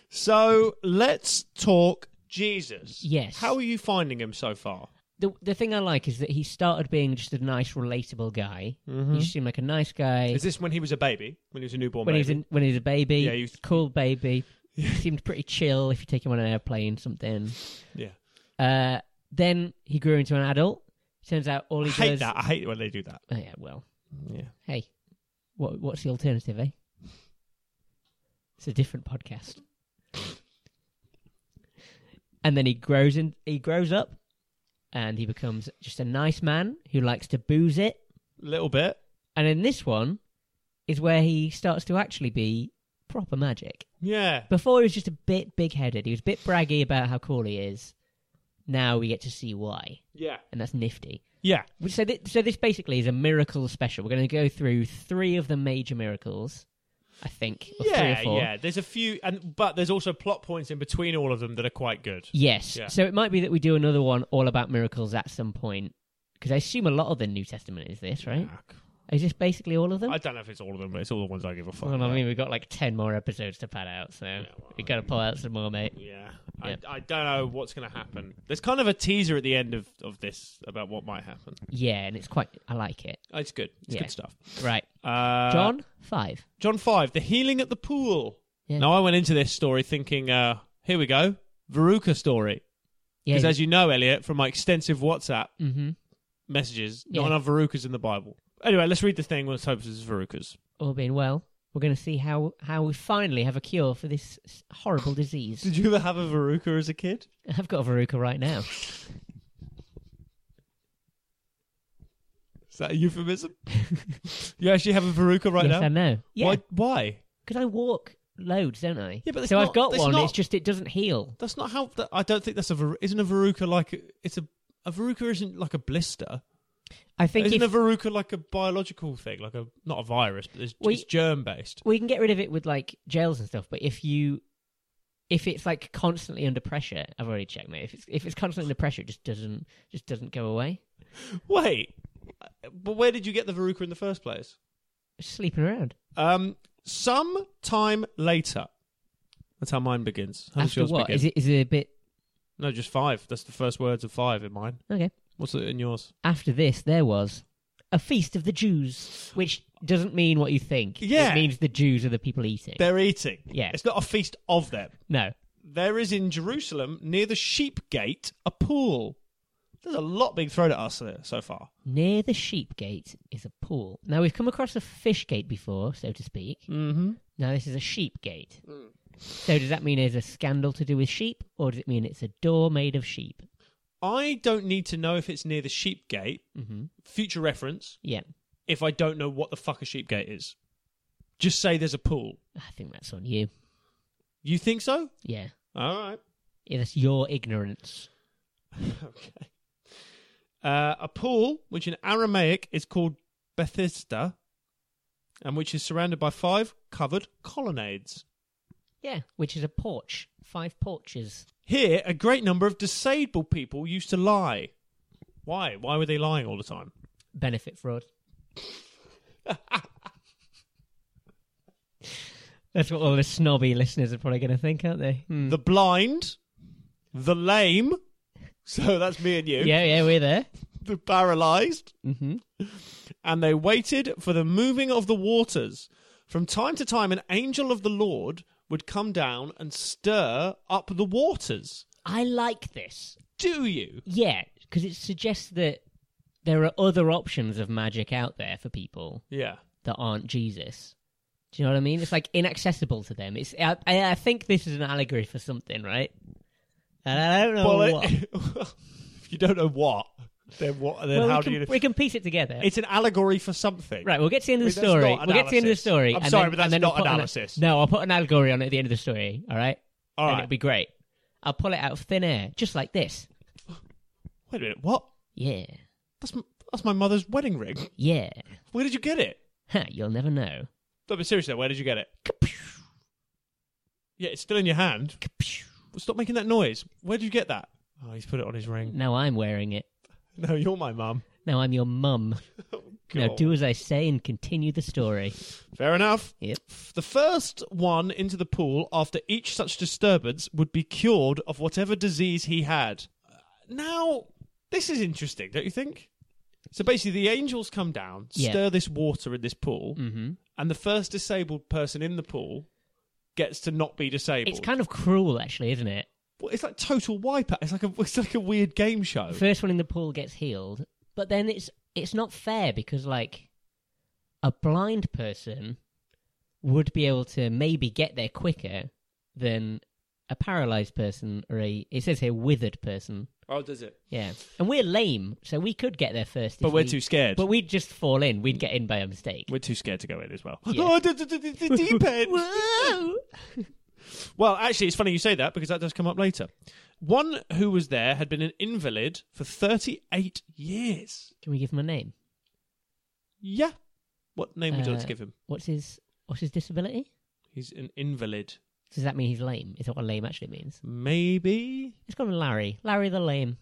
Speaker 2: So let's talk Jesus.
Speaker 1: Yes.
Speaker 2: How are you finding him so far?
Speaker 1: The, the thing I like is that he started being just a nice, relatable guy. He just seemed like a nice guy.
Speaker 2: Mm-hmm. Is this when he was a baby? When he was a newborn
Speaker 1: Mm-hmm. when he was
Speaker 2: baby?
Speaker 1: in, when he was a baby,
Speaker 2: Yeah, he was-
Speaker 1: cool baby. He seemed pretty chill if you take him on an airplane, something.
Speaker 2: yeah.
Speaker 1: Uh, then he grew into an adult. Turns out all
Speaker 2: I
Speaker 1: he
Speaker 2: hate
Speaker 1: does.
Speaker 2: that. I hate when they do that.
Speaker 1: Oh, yeah, well,
Speaker 2: Yeah.
Speaker 1: hey, what what's the alternative, eh? It's a different podcast. and then he grows in. He grows up, and he becomes just a nice man who likes to booze it.
Speaker 2: Little bit.
Speaker 1: And in this one, is where he starts to actually be proper magic.
Speaker 2: Yeah.
Speaker 1: Before he was just a bit big headed. He was a bit braggy about how cool he is. Now we get to see why,
Speaker 2: Yeah.
Speaker 1: and that's nifty.
Speaker 2: Yeah.
Speaker 1: So, th- so this basically is a miracle special. We're going to go through three of the major miracles, I think. Or three or
Speaker 2: Yeah.
Speaker 1: four.
Speaker 2: Yeah. There's a few, and but there's also plot points in between all of them that are quite good.
Speaker 1: Yes.
Speaker 2: Yeah.
Speaker 1: So it might be that we do another one all about miracles at some point. Because I assume a lot of the New Testament is this, right? Is this basically all of them?
Speaker 2: I don't know if it's all of them, but it's all the ones I give a fuck.
Speaker 1: well, I
Speaker 2: about.
Speaker 1: mean, we've got like 10 more episodes to pad out, so
Speaker 2: well,
Speaker 1: we've got to pull out some more, mate.
Speaker 2: Yeah.
Speaker 1: Yeah.
Speaker 2: I, I don't know what's going to happen. There's kind of a teaser at the end of, of this about what might happen. Oh,
Speaker 1: Yeah, and it's quite, I like it.
Speaker 2: It's good. It's
Speaker 1: Yeah.
Speaker 2: good stuff.
Speaker 1: Right.
Speaker 2: Uh,
Speaker 1: John, five.
Speaker 2: John 5, the healing at the pool.
Speaker 1: Yeah.
Speaker 2: Now, I went into this story thinking, uh, here we go, Veruca story.
Speaker 1: Yeah.
Speaker 2: Because as you know, Elliot, from my extensive WhatsApp
Speaker 1: mm-hmm.
Speaker 2: messages,
Speaker 1: Yeah.
Speaker 2: not enough Verucas in the Bible. Anyway, let's read the thing. Let's hope this is Verucas.
Speaker 1: All being well. we're going to see how how we finally have a cure for this s- horrible disease.
Speaker 3: Did you ever have a veruca as a kid?
Speaker 1: I've got a veruca right now.
Speaker 3: Is that a euphemism?
Speaker 2: You actually have a veruca right
Speaker 1: yes,
Speaker 2: now.
Speaker 1: I know. Yeah,
Speaker 3: Why? Why?
Speaker 1: because I walk loads, don't I?
Speaker 3: Yeah, but that's
Speaker 1: so
Speaker 3: not-
Speaker 1: I've got
Speaker 3: that's
Speaker 1: one.
Speaker 3: not-
Speaker 1: It's just it doesn't heal.
Speaker 3: That's not how.
Speaker 2: That- I don't think that's a ver- isn't a veruca like a- it's a a veruca isn't like a blister.
Speaker 1: I think
Speaker 2: Isn't
Speaker 1: if
Speaker 2: a veruca like a biological thing, like a not a virus, but it's,
Speaker 1: Well,
Speaker 2: it's germ based.
Speaker 1: we can get rid of it with like gels and stuff, but if you if it's like constantly under pressure, I've already checked mate. If it's if it's constantly under pressure, it just doesn't just doesn't go away.
Speaker 2: Wait,
Speaker 3: But where did you get the veruca in the first place?
Speaker 1: It's sleeping around
Speaker 2: um, some time later. That's how mine begins. How does
Speaker 1: after
Speaker 2: yours
Speaker 1: what?
Speaker 2: begin?
Speaker 1: Is it is it a bit
Speaker 2: No, just five. That's the first words of five in mine.
Speaker 1: okay?
Speaker 2: What's it in yours?
Speaker 1: After this, there was a feast of the Jews, which doesn't mean what you think.
Speaker 2: Yeah.
Speaker 1: it means the Jews are the people eating.
Speaker 2: They're eating.
Speaker 1: Yeah.
Speaker 2: It's not a feast of them.
Speaker 1: no,
Speaker 2: There is in Jerusalem, near the sheep gate, a pool. There's a lot being thrown at us there so far.
Speaker 1: near the sheep gate is a pool. Now we've come across a fish gate before, so to speak.
Speaker 2: Mm-hmm.
Speaker 1: Now this is a sheep gate. So does that mean there's a scandal to do with sheep, or does it mean it's a door made of sheep?
Speaker 2: I don't need to know if it's near the sheep gate.
Speaker 1: Mm-hmm.
Speaker 2: Future reference,
Speaker 1: Yeah,
Speaker 2: if I don't know what the fuck a sheep gate is. Just say there's a pool.
Speaker 1: I think that's on you.
Speaker 2: You think so?
Speaker 1: Yeah,
Speaker 2: All right.
Speaker 1: Yeah, that's your ignorance.
Speaker 2: okay. Uh, a pool, which in Aramaic is called Bethesda, and which is surrounded by five covered colonnades.
Speaker 1: Yeah, which is a porch, five porches.
Speaker 2: Here, a great number of disabled people used to lie. Why? Why were they lying all the time?
Speaker 1: benefit fraud. That's what all the snobby listeners are probably going to think, aren't they? Hmm.
Speaker 2: The blind, the lame, so that's me and you,
Speaker 1: Yeah, yeah, we're there.
Speaker 2: the paralyzed,
Speaker 1: Mm-hmm.
Speaker 2: and they waited for the moving of the waters. From time to time, an angel of the Lord would come down and stir up the waters.
Speaker 1: I like this.
Speaker 2: Do you?
Speaker 1: Yeah, because it suggests that there are other options of magic out there for people
Speaker 2: Yeah.
Speaker 1: that aren't Jesus. Do you know what I mean? It's like inaccessible to them. It's I, I I think this is an allegory for something, right? And I don't know
Speaker 2: Well,
Speaker 1: what.
Speaker 2: it- if you don't know what, then what? Then
Speaker 1: Well,
Speaker 2: how
Speaker 1: we,
Speaker 2: do
Speaker 1: can,
Speaker 2: you?
Speaker 1: we can piece it together.
Speaker 2: It's an allegory for something.
Speaker 1: Right, we'll get to the end of the
Speaker 2: I mean, that's
Speaker 1: story.
Speaker 2: not
Speaker 1: We'll get to the end of the
Speaker 2: analysis.
Speaker 1: story.
Speaker 2: I'm
Speaker 1: and
Speaker 2: sorry,
Speaker 1: then-
Speaker 2: but that's
Speaker 1: and then
Speaker 2: not
Speaker 1: I'll put an-
Speaker 2: analysis.
Speaker 1: no, I'll put an allegory on it at the end of the story. All right,
Speaker 2: All
Speaker 1: and
Speaker 2: right.
Speaker 1: it'll be great. I'll pull it out of thin air, just like this.
Speaker 2: Wait a minute. What?
Speaker 1: Yeah,
Speaker 2: That's m- that's my mother's wedding ring.
Speaker 1: yeah.
Speaker 2: Where did you get it?
Speaker 1: Ha, you'll never know.
Speaker 2: No, but seriously, where did you get it?
Speaker 1: Kapew,
Speaker 2: Yeah, it's still in your hand.
Speaker 1: kapew.
Speaker 2: Stop making that noise. Where did you get that? Oh, he's put it on his ring.
Speaker 1: Now I'm wearing it.
Speaker 2: No, you're my mum.
Speaker 1: Now I'm your mum. Now do as I say and continue the story.
Speaker 2: Fair enough.
Speaker 1: Yep.
Speaker 2: The first one into the pool after each such disturbance would be cured of whatever disease he had. Uh, Now, this is interesting, don't you think? So basically, the angels come down,
Speaker 1: Yeah.
Speaker 2: stir this water in this pool,
Speaker 1: hmm
Speaker 2: and the first disabled person in the pool gets to not be disabled.
Speaker 1: It's kind of cruel, actually, isn't it?
Speaker 2: Well, it's like total wipeout. It's like a it's like a weird game show.
Speaker 1: First one in the pool gets healed, but then it's it's not fair because like a blind person would be able to maybe get there quicker than a paralyzed person or a it says here withered person.
Speaker 2: Oh, does it?
Speaker 1: Yeah, and we're lame, so we could get there first.
Speaker 2: But
Speaker 1: if
Speaker 2: we're
Speaker 1: we-
Speaker 2: too scared.
Speaker 1: But we'd just fall in. We'd get in by a mistake.
Speaker 2: we're too scared to go in as well.
Speaker 1: Yeah.
Speaker 2: Oh, the, the, the, the deep end.
Speaker 1: Whoa!
Speaker 2: Well, actually, it's funny you say that because that does come up later. One who was there had been an invalid for 38 years.
Speaker 1: Can we give him a name?
Speaker 2: Yeah. What name would you like
Speaker 1: Uh,
Speaker 2: to give him?
Speaker 1: What's his What's his disability?
Speaker 2: He's an invalid.
Speaker 1: Does that mean he's lame? Is that what lame actually means?
Speaker 2: Maybe?
Speaker 1: It's called Larry. Larry the lame.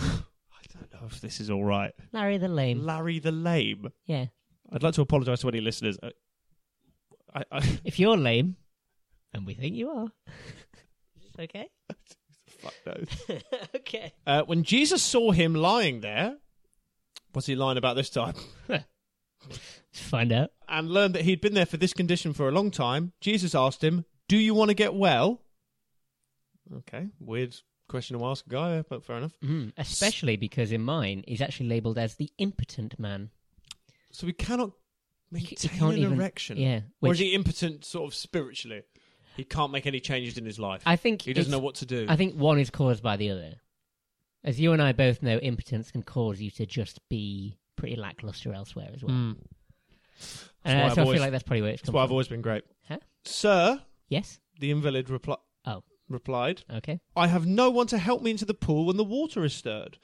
Speaker 2: I don't know if this is all right.
Speaker 1: Larry the lame.
Speaker 2: Larry the Lame.
Speaker 1: Yeah.
Speaker 2: I'd like to apologise to any listeners. I, I, I,
Speaker 1: If you're lame, and we think you are, okay,
Speaker 2: fuck no.
Speaker 1: okay.
Speaker 2: Uh, when Jesus saw him lying there, was he lying about this time?
Speaker 1: Let's find out.
Speaker 2: and learned that he'd been there for this condition for a long time, Jesus asked him, Do you want to get well? Okay, weird question to ask a guy, but fair enough.
Speaker 1: Mm. Especially because in mine, he's actually labelled as the impotent man.
Speaker 2: So we cannot
Speaker 1: c-
Speaker 2: Maintain
Speaker 1: you can't
Speaker 2: an
Speaker 1: even-
Speaker 2: erection.
Speaker 1: Yeah,
Speaker 2: Or is
Speaker 1: which
Speaker 2: he impotent, sort of spiritually? He can't make any changes in his life.
Speaker 1: I think
Speaker 2: he doesn't
Speaker 1: it's-
Speaker 2: know what to do.
Speaker 1: I think one is caused by the other. As you and I both know, impotence can cause you to just be pretty lackluster elsewhere as well.
Speaker 4: Mm.
Speaker 1: Uh,
Speaker 4: That's why I've
Speaker 1: so I
Speaker 4: always-
Speaker 1: feel like that's probably where it's
Speaker 4: That's
Speaker 1: come
Speaker 4: why I've
Speaker 1: from.
Speaker 4: always been great.
Speaker 2: Sir,
Speaker 1: Yes.
Speaker 2: the invalid repli-
Speaker 1: Oh.
Speaker 2: replied,
Speaker 1: Okay.
Speaker 2: I have no one to help me into the pool when the water is stirred.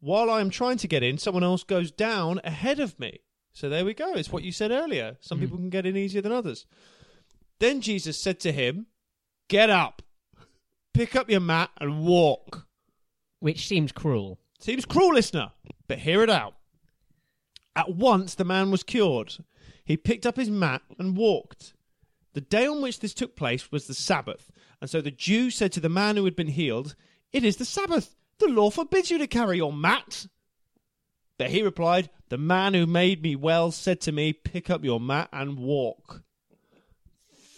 Speaker 2: While I am trying to get in, someone else goes down ahead of me. So there we go. It's what you said earlier. Some
Speaker 1: Mhm.
Speaker 2: people can get in easier than others. Then Jesus said to him, Get up, pick up your mat, and walk.
Speaker 1: Which seems cruel.
Speaker 2: Seems cruel, listener, but hear it out. At once the man was cured. He picked up his mat and walked. The day on which this took place was the Sabbath, and so the Jew said to the man who had been healed, It is the Sabbath. The law forbids you to carry your mat. But he replied, The man who made me well said to me, Pick up your mat and walk.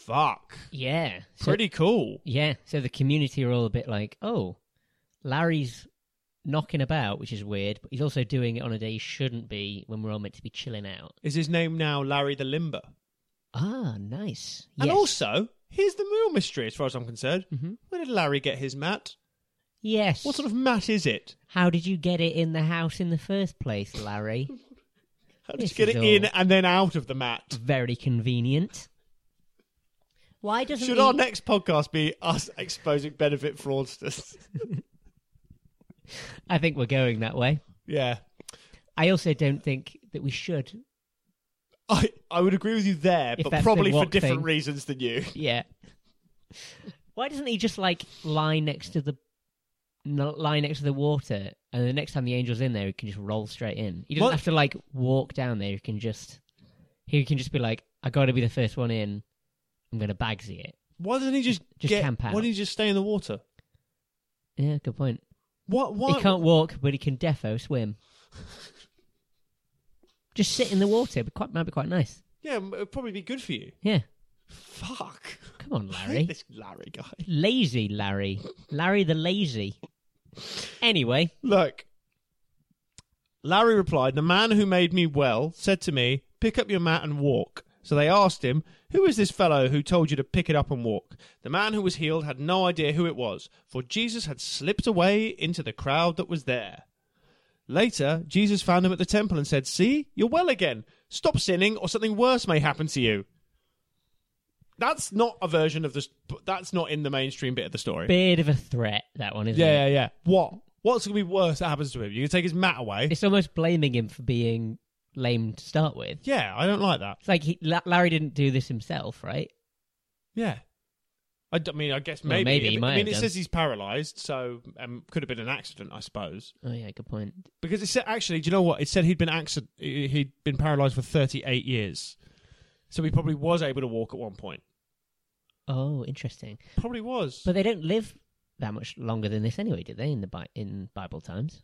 Speaker 2: Fuck.
Speaker 1: Yeah. So,
Speaker 2: Pretty cool.
Speaker 1: Yeah. So the community are all a bit like, oh, Larry's knocking about, which is weird, but he's also doing it on a day he shouldn't be when we're all meant to be chilling out.
Speaker 2: Is his name now Larry the Limber?
Speaker 1: Ah, nice.
Speaker 2: And
Speaker 1: Yes.
Speaker 2: also, here's the real mystery as far as I'm concerned.
Speaker 1: Mhm.
Speaker 2: Where did Larry get his mat?
Speaker 1: Yes.
Speaker 2: What sort of mat is it?
Speaker 1: How did you get it in the house in the first place, Larry?
Speaker 2: How did
Speaker 1: This
Speaker 2: you get
Speaker 1: is
Speaker 2: it in
Speaker 1: all- Mm-hmm.
Speaker 2: and then out of the mat?
Speaker 1: Very convenient. Why doesn't
Speaker 2: Should
Speaker 1: he...
Speaker 2: our next podcast be us exposing benefit fraudsters?
Speaker 1: I think we're going that way.
Speaker 2: yeah.
Speaker 1: I also don't think that we should.
Speaker 2: I, I would agree with you there,
Speaker 1: If
Speaker 2: but
Speaker 1: that's
Speaker 2: probably
Speaker 1: the
Speaker 2: for
Speaker 1: wok
Speaker 2: different
Speaker 1: thing.
Speaker 2: reasons than you.
Speaker 1: Yeah. Why doesn't he just like lie next to the n- lie next to the water, and the next time the angel's in there, he can just roll straight in. He doesn't
Speaker 2: What?
Speaker 1: have to like walk down there. He can just he can just be like, I got to be the first one in. I'm gonna bagsy it.
Speaker 2: Why doesn't he just,
Speaker 1: Just
Speaker 2: get?
Speaker 1: camp out.
Speaker 2: Why don't he just stay in the water?
Speaker 1: Yeah, good point.
Speaker 2: What?
Speaker 1: He
Speaker 2: Why?
Speaker 1: can't walk, but he can defo swim. just sit in the water. Be quite might be quite nice.
Speaker 2: Yeah, it would probably be good for you.
Speaker 1: Yeah.
Speaker 2: Fuck.
Speaker 1: Come on,
Speaker 2: I hate
Speaker 1: Larry.
Speaker 2: this Larry guy.
Speaker 1: Lazy Larry. Larry the lazy. Anyway,
Speaker 2: Look. Larry replied, The man who made me well said to me, Pick up your mat and walk. So they asked him, Who is this fellow who told you to pick it up and walk? The man who was healed had no idea who it was, for Jesus had slipped away into the crowd that was there. Later, Jesus found him at the temple and said, See, you're well again. Stop sinning, or something worse may happen to you. That's not a version of this. That's not in the mainstream bit of the story.
Speaker 1: bit of a threat that one, isn't it?
Speaker 4: Yeah, yeah, yeah.
Speaker 2: What? What's going to be worse that happens to him? You can take his mat away.
Speaker 1: It's almost blaming him for being lame to start with.
Speaker 2: Yeah, I don't like that.
Speaker 1: It's like he, La- Larry didn't do this himself, right?
Speaker 2: Yeah. I, d- I mean, I guess
Speaker 1: Well,
Speaker 2: maybe.
Speaker 1: maybe
Speaker 2: I
Speaker 1: he
Speaker 2: mean-
Speaker 1: might
Speaker 2: I mean,
Speaker 1: have
Speaker 2: it
Speaker 1: done.
Speaker 2: says he's paralysed, so um, could have been an accident, I suppose.
Speaker 1: Oh yeah, good point.
Speaker 2: Because it said, actually, do you know what? It said he'd been accident, he'd been paralysed for 38 years. So he probably was able to walk at one point.
Speaker 1: Oh, interesting.
Speaker 2: Probably was.
Speaker 1: But they don't live that much longer than this anyway, did they? In the Bi- in Bible times,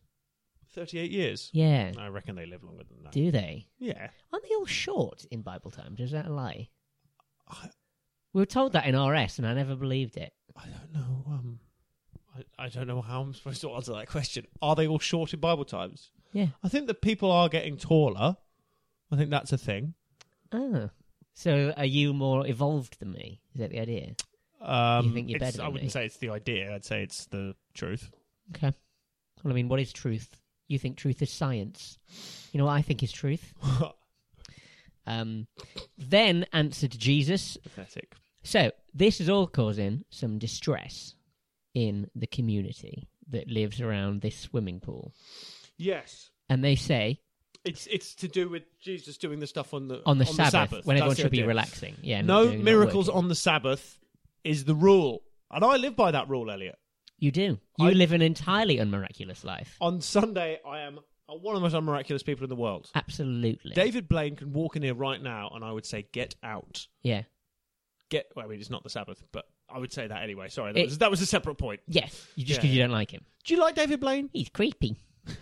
Speaker 2: 38 years.
Speaker 1: yeah.
Speaker 2: I reckon they live longer than that.
Speaker 1: Do they?
Speaker 2: yeah.
Speaker 1: Aren't they all short in Bible times? Is that a lie?
Speaker 2: I-
Speaker 1: We were told that in RS, and I never believed it.
Speaker 2: I don't know. Um, I, I don't know how I'm supposed to answer that question. Are they all short in Bible times?
Speaker 1: Yeah.
Speaker 2: I think that people are getting taller. I think that's a thing.
Speaker 1: Oh. So are you more evolved than me? Is that the idea?
Speaker 2: Um,
Speaker 1: You think you're
Speaker 2: it's-
Speaker 1: better
Speaker 2: I
Speaker 1: than
Speaker 2: wouldn't
Speaker 1: me?
Speaker 2: say it's the idea. I'd say it's the truth.
Speaker 1: Okay. Well, I mean, what is truth? You think truth is science. You know what I think is truth? Um, then answered Jesus.
Speaker 2: Pathetic.
Speaker 1: So, this is all causing some distress in the community that lives around this swimming pool.
Speaker 2: Yes,
Speaker 1: And they say
Speaker 2: it's it's to do with Jesus doing the stuff on the
Speaker 1: on the,
Speaker 2: on
Speaker 1: Sabbath, when
Speaker 2: That's
Speaker 1: everyone
Speaker 2: the
Speaker 1: should be
Speaker 2: idea.
Speaker 1: relaxing. Yeah. not
Speaker 2: No
Speaker 1: doing- not
Speaker 2: miracles
Speaker 1: working.
Speaker 2: on the Sabbath is the rule, and I live by that rule, Elliot.
Speaker 1: You do. You
Speaker 2: I-
Speaker 1: live an entirely unmiraculous life.
Speaker 2: On Sunday, I am one of the most unmiraculous people in the world.
Speaker 1: Absolutely.
Speaker 2: David Blaine can walk in here right now, and I would say, "Get out."
Speaker 1: Yeah.
Speaker 2: Get. Well, I mean, it's not the Sabbath, but I would say that anyway. Sorry, that,
Speaker 1: It-
Speaker 2: was, that was a separate point.
Speaker 1: Yes. You just
Speaker 2: Yeah,
Speaker 1: because you
Speaker 2: yeah.
Speaker 1: don't like him.
Speaker 2: Do you like David Blaine?
Speaker 1: He's creepy.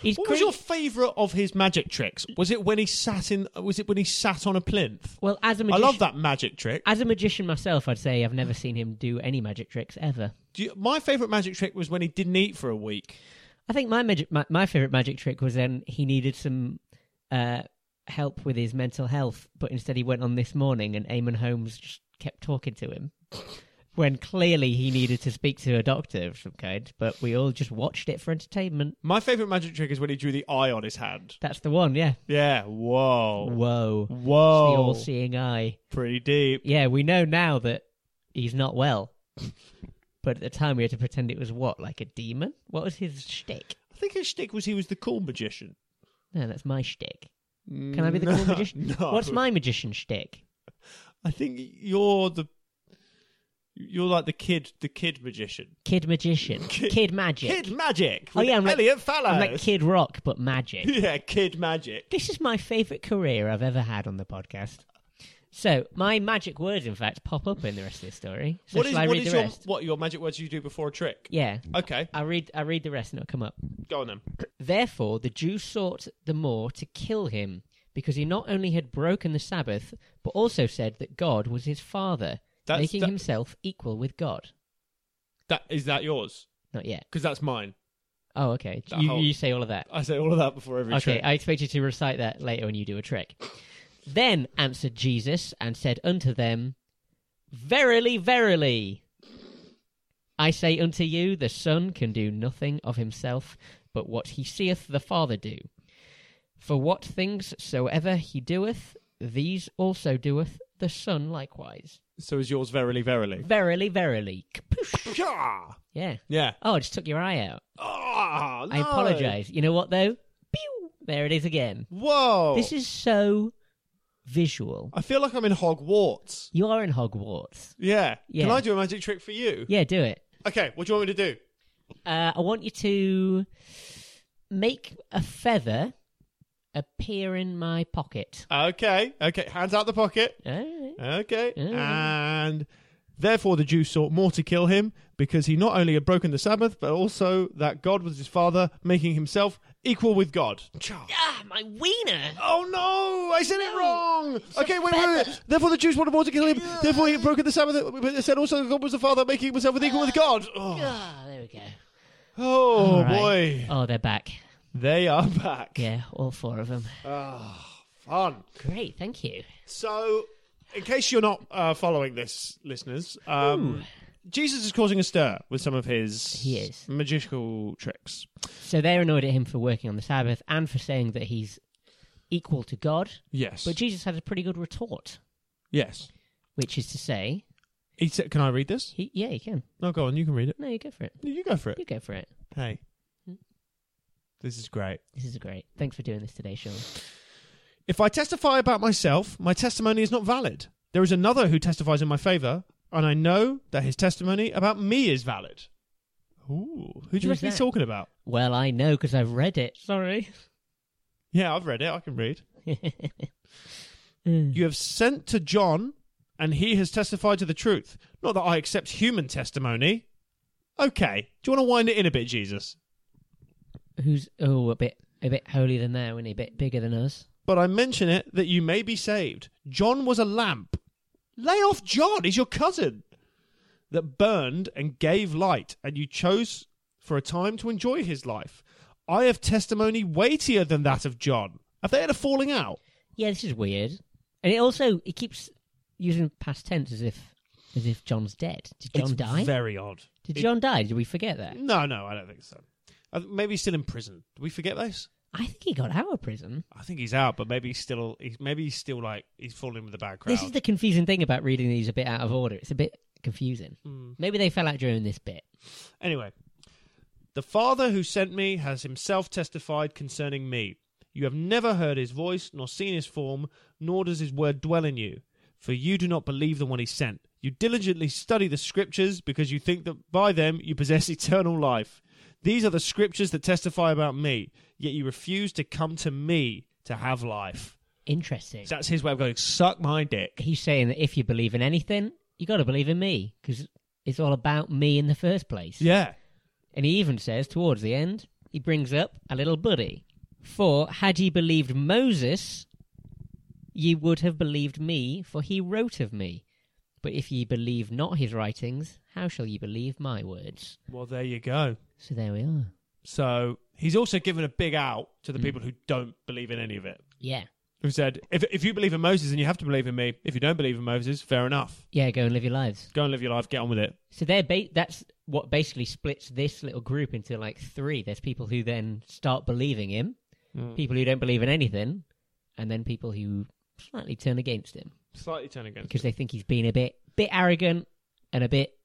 Speaker 1: He's
Speaker 2: What
Speaker 1: creepy.
Speaker 2: was your favourite of his magic tricks? Was it when he sat in? Was it when he sat on a plinth?
Speaker 1: Well, as a
Speaker 2: I
Speaker 1: magician,
Speaker 2: love that magic trick.
Speaker 1: As a magician myself, I'd say I've never seen him do any magic tricks ever.
Speaker 2: Do you, my favourite magic trick was when he didn't eat for a week.
Speaker 1: I think my magic, my, my favorite magic trick was then he needed some uh, help with his mental health, but instead he went on this morning and Eamon Holmes just kept talking to him. When clearly he needed to speak to a doctor of some kind, but we all just watched it for entertainment.
Speaker 2: My favorite magic trick is when he drew the eye on his hand.
Speaker 1: That's the one, yeah.
Speaker 2: Yeah. Whoa.
Speaker 1: Whoa. It's the all
Speaker 2: Whoa.
Speaker 1: seeing eye.
Speaker 2: Pretty deep.
Speaker 1: Yeah, we know now that he's not well. but at the time we had to pretend it was what, like a demon? What was his shtick?
Speaker 2: I think his shtick was he was the cool magician.
Speaker 1: No, that's my shtick. Can I be the cool magician?
Speaker 2: No.
Speaker 1: What's my magician shtick?
Speaker 2: I think you're the you're like the kid the kid magician.
Speaker 1: Kid magician.
Speaker 2: Kid-
Speaker 1: Kid, magic.
Speaker 2: Kid magic.
Speaker 1: Oh,
Speaker 2: with
Speaker 1: yeah, I'm like-
Speaker 2: Elliot Fallows.
Speaker 1: I'm like Kid Rock, but magic.
Speaker 2: yeah, kid magic.
Speaker 1: this is my favourite career I've ever had on the podcast. So my magic words, in fact, pop up in the rest of this story. So
Speaker 2: what is
Speaker 1: shall I
Speaker 2: what
Speaker 1: read
Speaker 2: is
Speaker 1: the
Speaker 2: your
Speaker 1: rest?
Speaker 2: what your magic words you do before a trick?
Speaker 1: Yeah,
Speaker 2: Okay,
Speaker 1: I'll read. I'll read the rest, and it'll come up.
Speaker 2: go on then.
Speaker 1: Therefore, the Jews sought the more to kill him, because he not only had broken the Sabbath, but also said that God was his father,
Speaker 2: That's
Speaker 1: making
Speaker 2: that,
Speaker 1: himself equal with God.
Speaker 2: that is that yours
Speaker 1: Not yet.
Speaker 2: because that's mine.
Speaker 1: Oh, okay.
Speaker 2: That
Speaker 1: You,
Speaker 2: whole-
Speaker 1: you say all of that.
Speaker 2: I say all of that before every
Speaker 1: Okay,
Speaker 2: trick.
Speaker 1: I expect you to recite that later when you do a trick. Then answered Jesus and said unto them, Verily, verily, I say unto you, the Son can do nothing of himself but what he seeth the Father do. For what things soever he doeth, these also doeth the Son likewise.
Speaker 2: So is yours verily, verily.
Speaker 1: Verily, verily. Kapoosh.
Speaker 2: Pshaw!
Speaker 1: Yeah.
Speaker 2: Yeah.
Speaker 1: Oh, I just took your eye out.
Speaker 2: Ah,
Speaker 1: I
Speaker 2: no.
Speaker 1: apologize. You know what, though? Pew! There it is again.
Speaker 2: Whoa!
Speaker 1: This is so visual.
Speaker 2: I feel like I'm in Hogwarts.
Speaker 1: You are in Hogwarts.
Speaker 2: Yeah.
Speaker 1: Yeah.
Speaker 2: Can I do a magic trick for you?
Speaker 1: Yeah, do it.
Speaker 2: Okay. What do you want me to do?
Speaker 1: Uh, I want you to make a feather appear in my pocket.
Speaker 2: Okay. Okay. Hands out the pocket.
Speaker 1: Alright.
Speaker 2: Okay.
Speaker 1: Mm.
Speaker 2: And therefore the Jews sought more to kill him because he not only had broken the Sabbath, but also that God was his father, making himself equal with God. Cha.
Speaker 1: Ah, my wiener!
Speaker 2: Oh no! I said it
Speaker 1: No.
Speaker 2: wrong! okay, wait, wait,
Speaker 1: feather.
Speaker 2: wait. Therefore the Jews wanted more to kill him. Therefore he had broken the Sabbath, but they said also God was the father, making himself equal with God. Oh,
Speaker 1: Ah, there we go.
Speaker 2: Oh,
Speaker 1: All right.
Speaker 2: boy.
Speaker 1: Oh, they're back.
Speaker 2: They are back.
Speaker 1: Yeah, all four of them.
Speaker 2: Ah, fun.
Speaker 1: Great, thank you.
Speaker 2: So, in case you're not uh, following this, listeners, um, Jesus is causing a stir with some of his
Speaker 1: He is.
Speaker 2: magical tricks.
Speaker 1: So they're annoyed at him for working on the Sabbath and for saying that he's equal to God.
Speaker 2: Yes.
Speaker 1: But Jesus had a pretty good retort,
Speaker 2: yes.
Speaker 1: which is to say,
Speaker 2: He said, "Can I read this?"
Speaker 1: he, yeah, you can.
Speaker 2: No, go on. You can read it.
Speaker 1: No, you go for it.
Speaker 2: You go for it.
Speaker 1: You go for it.
Speaker 2: Hey, this is great.
Speaker 1: This is great. Thanks for doing this today, Sean.
Speaker 2: If I testify about myself, my testimony is not valid. There is another who testifies in my favor, and I know that his testimony about me is valid. Ooh, who do you
Speaker 1: Who's
Speaker 2: reckon he's
Speaker 1: that?
Speaker 2: talking about?
Speaker 1: Well, I know because I've read it. Sorry.
Speaker 2: Yeah, I've read it. I can read. You have sent to John, and he has testified to the truth. Not that I accept human testimony. Okay. Do you want to wind it in a bit, Jesus?
Speaker 1: Who's oh a bit a bit holier than thou, and a bit bigger than us.
Speaker 2: But I mention it that you may be saved. John was a lamp. Lay off John. He's your cousin. That burned and gave light, and you chose for a time to enjoy his life. I have testimony weightier than that of John. Have they had a falling out?
Speaker 1: Yeah, this is weird. And it also it keeps using past tense as if as if John's dead. Did John
Speaker 2: It's
Speaker 1: die?
Speaker 2: Very odd.
Speaker 1: Did
Speaker 2: it-
Speaker 1: John die? Did we forget that?
Speaker 2: No, no, I don't think so. Uh, Maybe he's still in prison. Did we forget this?
Speaker 1: I think he got out of prison.
Speaker 2: I think he's out, but maybe he's still he's maybe he's still like he's falling with the bad crowd.
Speaker 1: This is the confusing thing about reading these a bit out of order. It's a bit confusing. Maybe they fell out during this bit.
Speaker 2: Anyway, the Father who sent me has himself testified concerning me. You have never heard his voice, nor seen his form, nor does his word dwell in you, for you do not believe the one he sent. You diligently study the scriptures because you think that by them you possess eternal life. These are the scriptures that testify about me, yet you refuse to come to me to have life.
Speaker 1: Interesting.
Speaker 2: That's his way of going, suck my dick.
Speaker 1: He's saying that if you believe in anything, you got to believe in me because it's all about me in the first place.
Speaker 2: Yeah.
Speaker 1: And he even says, towards the end, he brings up a little buddy. For had ye believed Moses, ye would have believed me, for he wrote of me. But if ye believe not his writings, how shall ye believe my words?
Speaker 2: Well, there you go.
Speaker 1: So there we are.
Speaker 2: Hmm. So he's also given a big out to the people who don't believe in any of it.
Speaker 1: Yeah.
Speaker 2: who said, if, if you believe in Moses, then you have to believe in me. If you don't believe in Moses, fair enough.
Speaker 1: Yeah, go and live your lives.
Speaker 2: Go and live your life, get on with it.
Speaker 1: So they're ba- that's what basically splits this little group into like three. There's people who then start believing him, people who don't believe in anything, and then people who slightly turn against him
Speaker 2: Slightly turn against.
Speaker 1: because they think he's been a bit bit arrogant and a bit.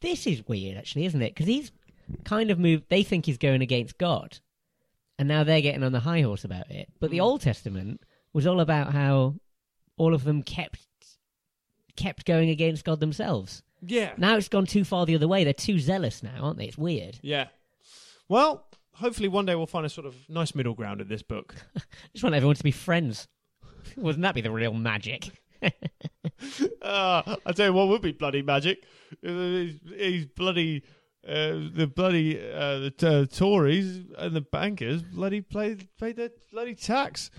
Speaker 1: This is weird, actually, isn't it? Because he's kind of moved. They think he's going against God, and now they're getting on the high horse about it. But the Old Testament was all about how all of them kept kept going against God themselves.
Speaker 2: Yeah.
Speaker 1: Now it's gone too far the other way. They're too zealous now, aren't they? It's weird.
Speaker 2: Yeah. Well, hopefully one day we'll find a sort of nice middle ground at this book.
Speaker 1: I just want everyone to be friends. Wouldn't that be the real magic?
Speaker 2: uh, I tell you what would be bloody magic. He's, bloody. Uh, the bloody uh, the uh, Tories and the bankers bloody played paid their bloody tax.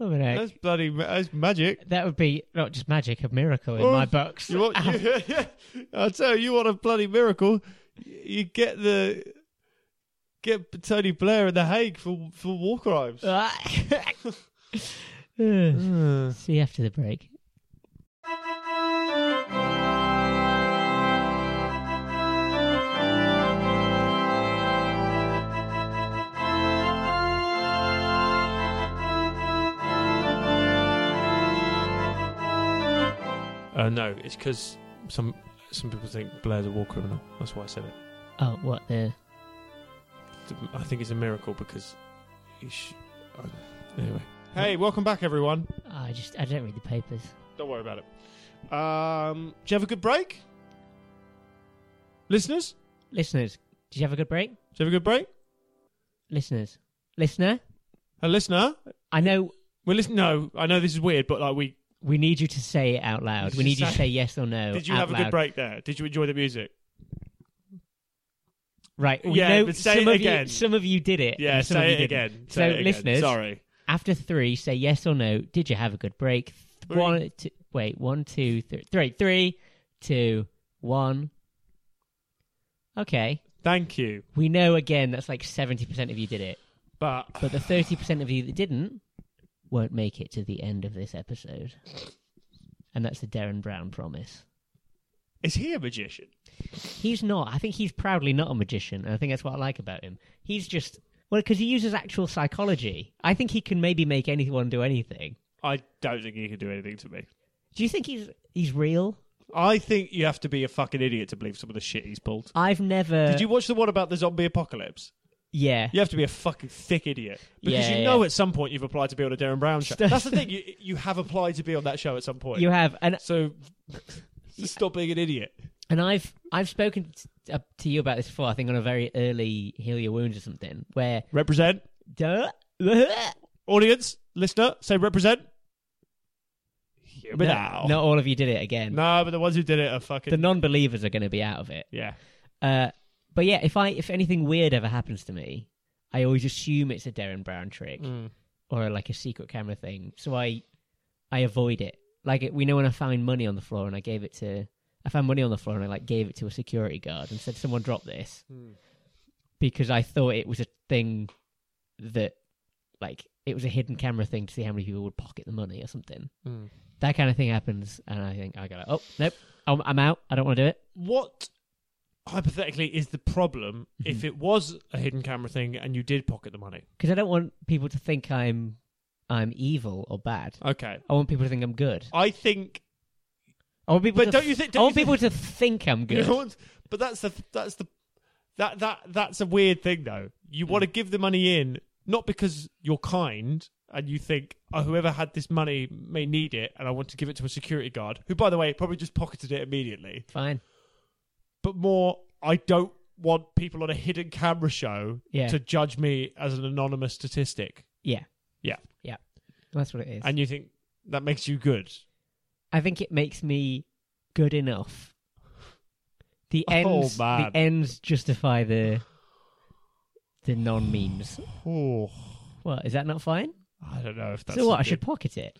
Speaker 1: Blimmin' heck.
Speaker 2: That's bloody ma- that's magic.
Speaker 1: That would be not just magic, a miracle in
Speaker 2: Oh,
Speaker 1: my books.
Speaker 2: You want, you, I tell you, you want a bloody miracle. You get the get Tony Blair in the Hague for for war crimes.
Speaker 1: Ah. Uh,
Speaker 2: Uh.
Speaker 1: See you after the break.
Speaker 2: Uh, no, it's because some some people think Blair's a war criminal. That's why I said it.
Speaker 1: Oh, what the?
Speaker 2: I think it's a miracle because. You sh- uh, anyway. Hey, welcome back, everyone.
Speaker 1: I just I don't read the papers.
Speaker 2: Don't worry about it. Um, did you have a good break, listeners?
Speaker 1: Listeners, did you have a good break?
Speaker 2: Did you have a good break?
Speaker 1: Listeners, listener,
Speaker 2: A listener?
Speaker 1: I know
Speaker 2: Well, listen. No, I know this is weird, but like we
Speaker 1: we need you to say it out loud. We
Speaker 2: You
Speaker 1: need you to
Speaker 2: say-
Speaker 1: say yes or no.
Speaker 2: Did you
Speaker 1: out
Speaker 2: have a
Speaker 1: loud.
Speaker 2: good break there? Did you enjoy the music?
Speaker 1: Right. We
Speaker 2: Yeah,
Speaker 1: know
Speaker 2: but say
Speaker 1: some
Speaker 2: it
Speaker 1: of
Speaker 2: again.
Speaker 1: You, some of you did it.
Speaker 2: Yeah,
Speaker 1: and some of
Speaker 2: say
Speaker 1: you
Speaker 2: it
Speaker 1: didn't.
Speaker 2: again.
Speaker 1: So,
Speaker 2: Say it again.
Speaker 1: listeners-
Speaker 2: sorry.
Speaker 1: After three, say yes or no. Did you have a good break? Th-
Speaker 2: Three.
Speaker 1: One, two, wait, one, two, three, three, three, two, one. Okay,
Speaker 2: Thank you,
Speaker 1: we know again that's like seventy percent of you did it,
Speaker 2: but
Speaker 1: but the thirty percent of you that didn't won't make it to the end of this episode, and that's the Darren Brown promise.
Speaker 2: is he a magician?
Speaker 1: He's not. I think he's proudly not a magician, and I think that's what I like about him. He's just well because he uses actual psychology. I think he can maybe make anyone do anything.
Speaker 2: I don't think he can do anything to me.
Speaker 1: Do you think he's he's real?
Speaker 2: I think you have to be a fucking idiot to believe some of the shit he's pulled.
Speaker 1: I've never.
Speaker 2: Did you watch the one about the zombie apocalypse?
Speaker 1: Yeah.
Speaker 2: You have to be a fucking thick idiot because
Speaker 1: Yeah,
Speaker 2: you
Speaker 1: yeah.
Speaker 2: know at some point you've applied to be on a Darren Brown show. That's the thing. You you have applied to be on that show at some point.
Speaker 1: You have, and
Speaker 2: so just stop being an idiot.
Speaker 1: and I've I've spoken t- up to you about this before. I think on a very early heal your wounds or something where.
Speaker 2: Represent
Speaker 1: Duh.
Speaker 2: audience, listener. Say represent. Hear me
Speaker 1: No,
Speaker 2: now.
Speaker 1: Not all of you did it again.
Speaker 2: No, but the ones who did it are fucking.
Speaker 1: The non-believers are going to be out of it.
Speaker 2: yeah.
Speaker 1: Uh, but yeah, if I if anything weird ever happens to me, I always assume it's a Darren Brown trick
Speaker 2: Mm.
Speaker 1: or like a secret camera thing. So I I avoid it. Like it, we know when I found money on the floor and I gave it to I found money on the floor and I like gave it to a security guard and said someone drop this because I thought it was a thing that like it was a hidden camera thing to see how many people would pocket the money or something. That kind of thing happens and I think I got to oh nope I'm, I'm out I don't want to do it.
Speaker 2: What hypothetically is the problem
Speaker 1: Mm-hmm.
Speaker 2: if it was a hidden camera thing and you did pocket the money?
Speaker 1: because I don't want people to think I'm I'm evil or bad.
Speaker 2: Okay.
Speaker 1: I want people to think I'm good.
Speaker 2: I think
Speaker 1: I want people.
Speaker 2: But
Speaker 1: to
Speaker 2: don't you think- don't
Speaker 1: I want
Speaker 2: you
Speaker 1: people to think I'm
Speaker 2: You
Speaker 1: good.
Speaker 2: know what? but that's the that's the that that that's a weird thing though. You
Speaker 1: Mm.
Speaker 2: want to give the money in not because you're kind and you think oh whoever had this money may need it and I want to give it to a security guard who by the way probably just pocketed it immediately.
Speaker 1: Fine.
Speaker 2: But more I don't want people on a hidden camera show
Speaker 1: Yeah.
Speaker 2: to judge me as an anonymous statistic.
Speaker 1: Yeah.
Speaker 2: Yeah.
Speaker 1: Yeah. That's what it is.
Speaker 2: And you think that makes you good.
Speaker 1: I think it makes me good enough. The
Speaker 2: Oh,
Speaker 1: ends.
Speaker 2: man.
Speaker 1: The ends justify the the non means.
Speaker 2: Oh,
Speaker 1: What is that not fine?
Speaker 2: I don't know if that's
Speaker 1: so what?
Speaker 2: a
Speaker 1: I should
Speaker 2: good-
Speaker 1: pocket it.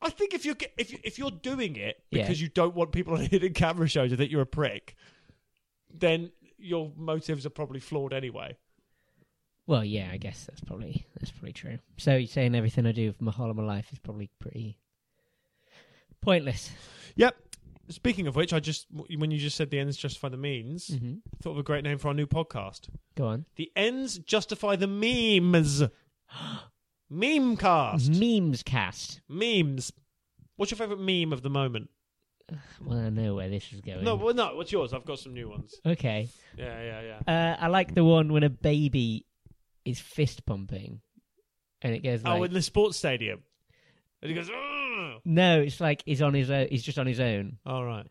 Speaker 2: I think if you're ge- if you- if you're doing it
Speaker 1: Yeah.
Speaker 2: because you don't want people on a hidden camera show to think you're a prick, then your motives are probably flawed anyway.
Speaker 1: Well, yeah, I guess that's probably that's probably true. So you're saying everything I do for my whole of my life is probably pretty pointless.
Speaker 2: Yep. Speaking of which, I just when you just said the ends justify the means,
Speaker 1: Mm-hmm.
Speaker 2: thought of a great name for our new podcast.
Speaker 1: Go on.
Speaker 2: The ends justify the memes. Memecast.
Speaker 1: Memes cast.
Speaker 2: Memes. What's your favorite meme of the moment?
Speaker 1: Well, I know where this is going.
Speaker 2: No, well, no. What's yours? I've got some new ones.
Speaker 1: Okay.
Speaker 2: Yeah, yeah, yeah.
Speaker 1: Uh, I like the one when a baby is fist pumping, and it goes like,
Speaker 2: oh, in the sports stadium. And he goes. "Ugh."
Speaker 1: "No, it's like he's on his own. He's just on his own,
Speaker 2: All right.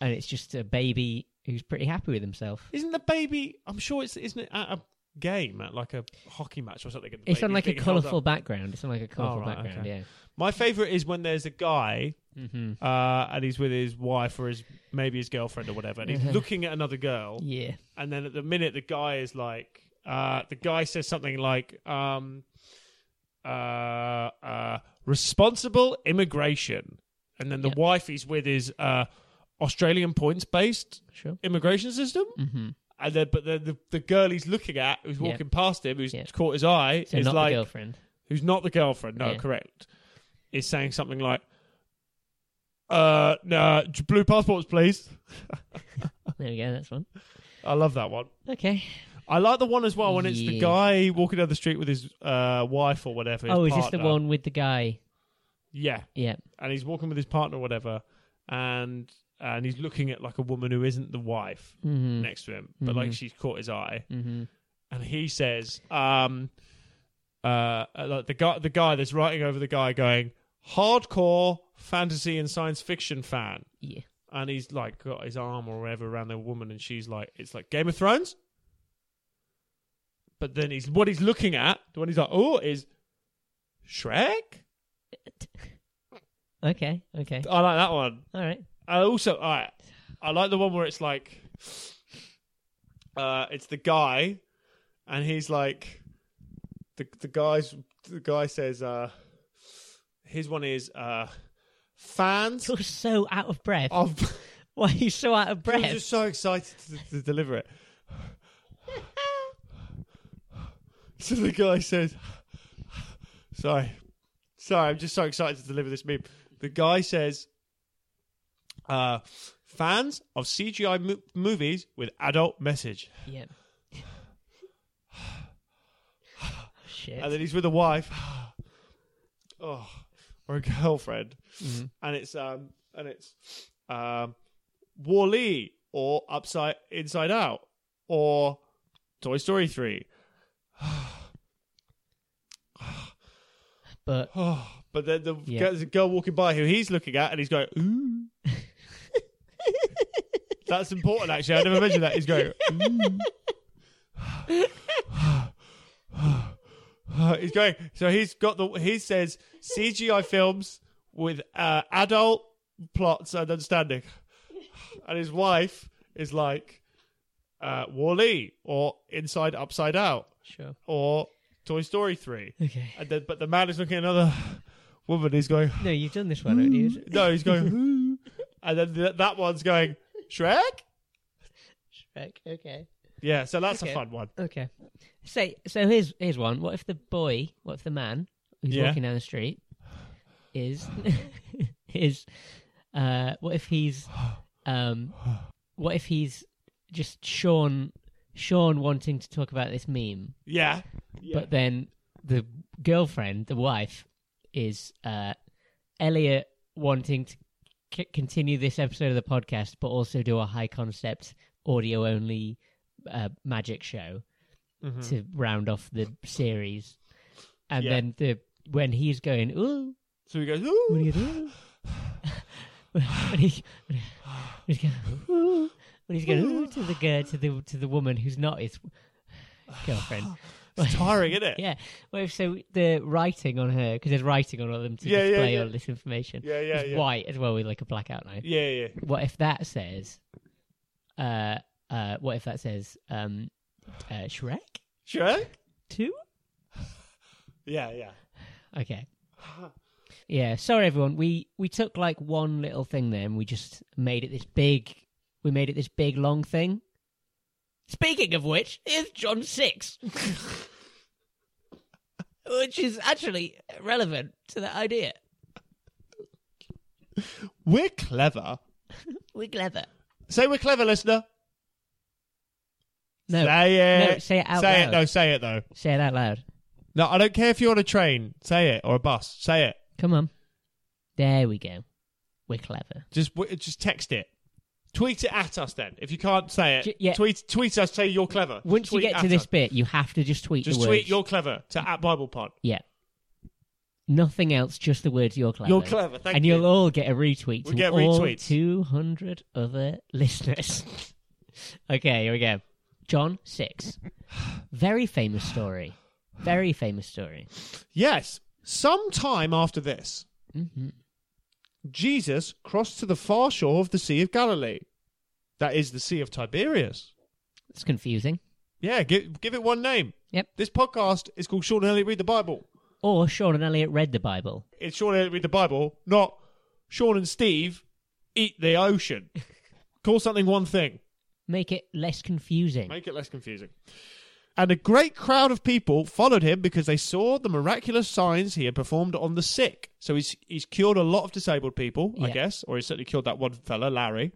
Speaker 1: and it's just a baby who's pretty happy with himself."
Speaker 2: Isn't the baby? I'm sure it's isn't it at a game at like a hockey match or something. and the
Speaker 1: It's on
Speaker 2: baby's
Speaker 1: like a
Speaker 2: being held
Speaker 1: colourful
Speaker 2: up?
Speaker 1: background. It's on like a colourful
Speaker 2: right,
Speaker 1: background.
Speaker 2: My favorite is when there's a guy
Speaker 1: Yeah. hmm
Speaker 2: uh, and he's with his wife or his maybe his girlfriend or whatever, and he's
Speaker 1: Mhm.
Speaker 2: looking at another girl,
Speaker 1: Yeah.
Speaker 2: and then at the minute the guy is like, uh, the guy says something like, um, uh, uh, responsible immigration, and then the
Speaker 1: Yeah.
Speaker 2: wife he's with is uh, Australian points based
Speaker 1: Sure.
Speaker 2: immigration system.
Speaker 1: hmm
Speaker 2: And then, but the, the the girl he's looking at, who's
Speaker 1: Yeah.
Speaker 2: walking past him, who's
Speaker 1: Yeah.
Speaker 2: caught his eye,
Speaker 1: So
Speaker 2: is
Speaker 1: not
Speaker 2: like,
Speaker 1: the girlfriend.
Speaker 2: who's not the girlfriend, no,
Speaker 1: Yeah.
Speaker 2: correct, is saying something like, uh, nah, j- blue passports, please.
Speaker 1: There we go. That's one.
Speaker 2: I love that one.
Speaker 1: Okay.
Speaker 2: I like the one as well when it's the
Speaker 1: Yeah.
Speaker 2: guy walking down the street with his uh, wife or whatever. his
Speaker 1: oh, is this the
Speaker 2: partner.
Speaker 1: one with the guy?
Speaker 2: Yeah,
Speaker 1: Yeah.
Speaker 2: and he's walking with his partner or whatever, and and he's looking at like a woman who isn't the wife
Speaker 1: Mm-hmm.
Speaker 2: next to him, but like
Speaker 1: Mhm.
Speaker 2: she's caught his eye,
Speaker 1: Mm-hmm.
Speaker 2: and he says, um, uh, uh, like the guy, the guy that's writing over the guy going, hardcore fantasy and science fiction fan,
Speaker 1: Yeah.
Speaker 2: and he's like got his arm or whatever around the woman, and she's like, it's like Game of Thrones. But then he's what he's looking at, the one he's like, oh, is Shrek.
Speaker 1: Okay. Okay.
Speaker 2: I like that one.
Speaker 1: All right.
Speaker 2: I also I I like the one where it's like uh it's the guy and he's like the the guy's the guy says uh his one is uh fans
Speaker 1: You're so out of breath.
Speaker 2: of
Speaker 1: Why are you so out of
Speaker 2: I'm
Speaker 1: breath?
Speaker 2: Oh. just so excited to, to deliver it. so the guy says, "Sorry, sorry, I'm just so excited to deliver this meme." The guy says, uh, "Fans of CGI mo- movies with adult message,"
Speaker 1: Yeah. Shit.
Speaker 2: and then he's with a wife, oh, or a girlfriend,
Speaker 1: Mhm.
Speaker 2: and it's um, and it's um, Wall-E or Upside Inside Out or Toy Story Three.
Speaker 1: But
Speaker 2: Oh, but then the
Speaker 1: Yeah.
Speaker 2: there's a girl walking by who he's looking at, and he's going, "Ooh." That's important, actually. I never mentioned that. He's going,
Speaker 1: Mm.
Speaker 2: "Ooh." Uh, he's going. So he's got the. He says CGI films with uh, adult plots and understanding, and his wife is like uh, Wall-E or Inside Upside Out
Speaker 1: sure.
Speaker 2: or Toy Story Three.
Speaker 1: Okay.
Speaker 2: And then, but the man is looking at another woman. He's going, "Hmm."
Speaker 1: No, you've done this one, haven't you?
Speaker 2: no, he's going, "Ooh." and then th- that one's going, Shrek.
Speaker 1: Shrek. Okay.
Speaker 2: Yeah, so that's a
Speaker 1: Okay.
Speaker 2: fun one.
Speaker 1: Okay. So, so here's here's one. What if the boy? What if the man who's
Speaker 2: Yeah.
Speaker 1: walking down the street is is uh? What if he's um? What if he's just Sean Sean wanting to talk about this meme,
Speaker 2: Yeah, yeah.
Speaker 1: but then the girlfriend, the wife, is uh Elliot wanting to c- continue this episode of the podcast, but also do a high concept audio only uh, magic show
Speaker 2: Mhm.
Speaker 1: to round off the series. And
Speaker 2: Yeah.
Speaker 1: then the when he's going, ooh,
Speaker 2: so he goes,
Speaker 1: what do
Speaker 2: Ooh.
Speaker 1: you do? when he, when he's going, ooh, when he's going ooh, to the girl, to the to the woman who's not his girlfriend.
Speaker 2: it's tiring, isn't it?
Speaker 1: Yeah. Well, if so the writing on her because there's writing on all of them to
Speaker 2: Yeah, yeah,
Speaker 1: display
Speaker 2: yeah.
Speaker 1: all this information.
Speaker 2: Yeah, yeah,
Speaker 1: It's
Speaker 2: yeah.
Speaker 1: white as well with like a blackout line.
Speaker 2: Yeah, yeah.
Speaker 1: What if that says, uh, uh, what if that says, um, uh, Shrek
Speaker 2: Shrek.
Speaker 1: two?
Speaker 2: Yeah, yeah.
Speaker 1: Okay. Yeah, sorry everyone. We we took like one little thing there and we just made it this big we made it this big long thing. Speaking of which, here's John Six. which is actually relevant to that idea.
Speaker 2: We're clever.
Speaker 1: We're clever.
Speaker 2: Say we're clever, listener.
Speaker 1: No,
Speaker 2: Say
Speaker 1: no,
Speaker 2: it.
Speaker 1: say it out
Speaker 2: say
Speaker 1: loud.
Speaker 2: it. No, say it though.
Speaker 1: Say it out loud.
Speaker 2: No, I don't care if you're on a train. Say it or a bus. Say it.
Speaker 1: Come on. There we go. We're clever.
Speaker 2: Just w- just text it. Tweet it at us then. If you can't say it,
Speaker 1: J- yeah.
Speaker 2: tweet tweet us. Say you're clever.
Speaker 1: Once
Speaker 2: Tweet
Speaker 1: you get
Speaker 2: at
Speaker 1: to this
Speaker 2: us.
Speaker 1: bit, you have to just tweet
Speaker 2: just
Speaker 1: the
Speaker 2: tweet
Speaker 1: words.
Speaker 2: you're clever to at Bible Pod.
Speaker 1: Yeah. Nothing else, just the words you're clever.
Speaker 2: You're clever. Thank
Speaker 1: and
Speaker 2: you.
Speaker 1: you'll all get a retweet.
Speaker 2: We'll
Speaker 1: to
Speaker 2: get
Speaker 1: all
Speaker 2: retweets.
Speaker 1: 200 other listeners. okay, here we go. John 6. Very famous story. Very famous story.
Speaker 2: Yes. Sometime after this,
Speaker 1: Mm-hmm.
Speaker 2: Jesus crossed to the far shore of the Sea of Galilee. That is the Sea of Tiberias.
Speaker 1: It's confusing.
Speaker 2: Yeah, give, give it one name.
Speaker 1: Yep.
Speaker 2: This podcast is called Sean and Elliot Read the Bible.
Speaker 1: Or Sean and Elliot read the Bible.
Speaker 2: It's Sean and Elliot Read the Bible, not Sean and Steve Eat the Ocean. Call something one thing.
Speaker 1: Make it less confusing.
Speaker 2: Make it less confusing. And a great crowd of people followed him because they saw the miraculous signs he had performed on the sick. So he's he's cured a lot of disabled people, I
Speaker 1: Yeah. Mm-hmm.
Speaker 2: guess, or he's certainly cured that one fella, Larry,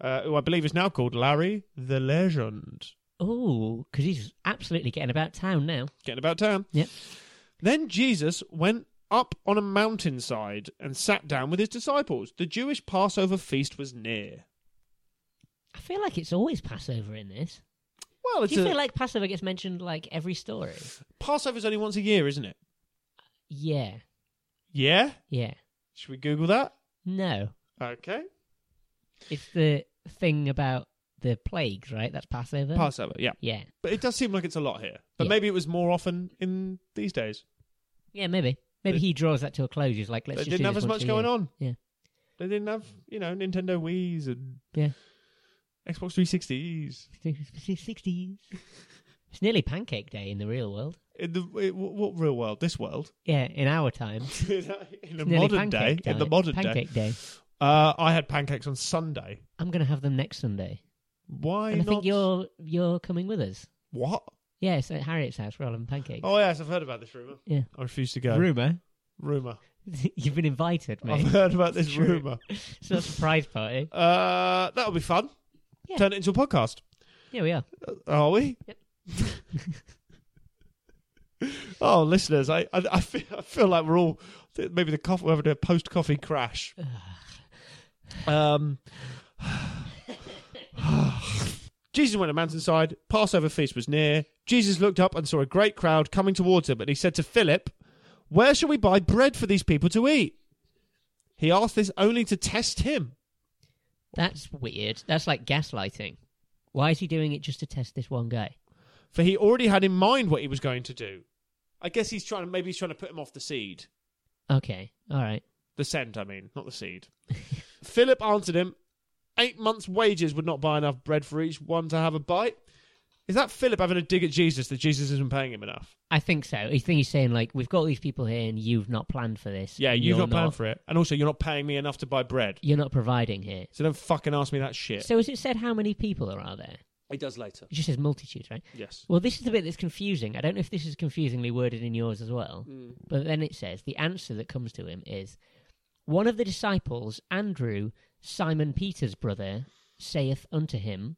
Speaker 2: uh, who I believe is now called Larry the Legend.
Speaker 1: Oh, because he's absolutely getting about town now.
Speaker 2: Getting about town.
Speaker 1: Yep.
Speaker 2: Then Jesus went up on a mountainside and sat down with his disciples. The Jewish Passover feast was near.
Speaker 1: I feel like it's always Passover in this.
Speaker 2: Well, it's
Speaker 1: Do you
Speaker 2: a,
Speaker 1: feel like Passover gets mentioned like every story?
Speaker 2: Passover's only once a year, isn't it?
Speaker 1: Yeah,
Speaker 2: Yeah.
Speaker 1: yeah.
Speaker 2: Should we Google that?
Speaker 1: No,
Speaker 2: Okay.
Speaker 1: it's the thing about the plagues, right? That's Passover.
Speaker 2: Passover. Yeah.
Speaker 1: yeah,
Speaker 2: But it does seem like it's a lot here. But
Speaker 1: Yeah.
Speaker 2: maybe it was more often in these days.
Speaker 1: yeah. Maybe, maybe
Speaker 2: They-
Speaker 1: he draws that to a close. He's like, let's
Speaker 2: they
Speaker 1: just
Speaker 2: didn't have as much going on.
Speaker 1: Yeah.
Speaker 2: They didn't have, you know, Nintendo Wii's and
Speaker 1: Yeah.
Speaker 2: Xbox 360s.
Speaker 1: on. Sixties. it's nearly Pancake Day in the real world.
Speaker 2: In the it, wh- what real world? This world.
Speaker 1: Yeah, in our time.
Speaker 2: in the
Speaker 1: It's nearly
Speaker 2: modern day.
Speaker 1: Pancake
Speaker 2: In the modern day.
Speaker 1: Pancake Day.
Speaker 2: Uh, I had pancakes on Sunday.
Speaker 1: I'm gonna have them next Sunday,
Speaker 2: Why
Speaker 1: and I
Speaker 2: not?
Speaker 1: think you're you're coming with us.
Speaker 2: What?
Speaker 1: Yes, at Harriet's house, we're all having pancakes.
Speaker 2: Oh yes, I've heard about this rumor.
Speaker 1: Yeah.
Speaker 2: I refuse to go.
Speaker 1: Rumor,
Speaker 2: rumor.
Speaker 1: you've been invited, mate.
Speaker 2: I've heard about this
Speaker 1: It's true.
Speaker 2: rumor.
Speaker 1: It's not a surprise party.
Speaker 2: Uh, that'll be fun.
Speaker 1: Yeah.
Speaker 2: Turn it into a podcast.
Speaker 1: Here we are.
Speaker 2: Are we?
Speaker 1: Yep.
Speaker 2: oh, listeners, I, I I feel I feel like we're all maybe the coffee we're having a post coffee crash. um, Jesus went to mountainside. Passover feast was near. Jesus looked up and saw a great crowd coming towards him, and he said to Philip, "Where shall we buy bread for these people to eat?" He asked this only to test him.
Speaker 1: That's weird. That's like gaslighting. Why is he doing it just to test this one guy?
Speaker 2: for he already had in mind what he was going to do. I guess he's trying to maybe he's trying to put him off the seed,
Speaker 1: Okay, all right.
Speaker 2: the scent. I mean, not the seed. Philip answered him, eight months' wages would not buy enough bread for each one to have a bite." Is that Philip having a dig at Jesus that Jesus isn't paying him enough?
Speaker 1: I think so. I think he's saying like, we've got all these people here, and you've not planned for this.
Speaker 2: Yeah,
Speaker 1: and
Speaker 2: you've
Speaker 1: you're
Speaker 2: not planned for it, and also you're not paying me enough to buy bread,
Speaker 1: You're not providing here.
Speaker 2: so don't fucking ask me that shit.
Speaker 1: So is it said how many people there are there?
Speaker 2: he does later.
Speaker 1: It just says multitudes, right?
Speaker 2: Yes.
Speaker 1: Well, this is the bit that's confusing. I don't know if this is confusingly worded in yours as well, but then it says the answer that comes to him is one of the disciples, Andrew, Simon Peter's brother, saith unto him,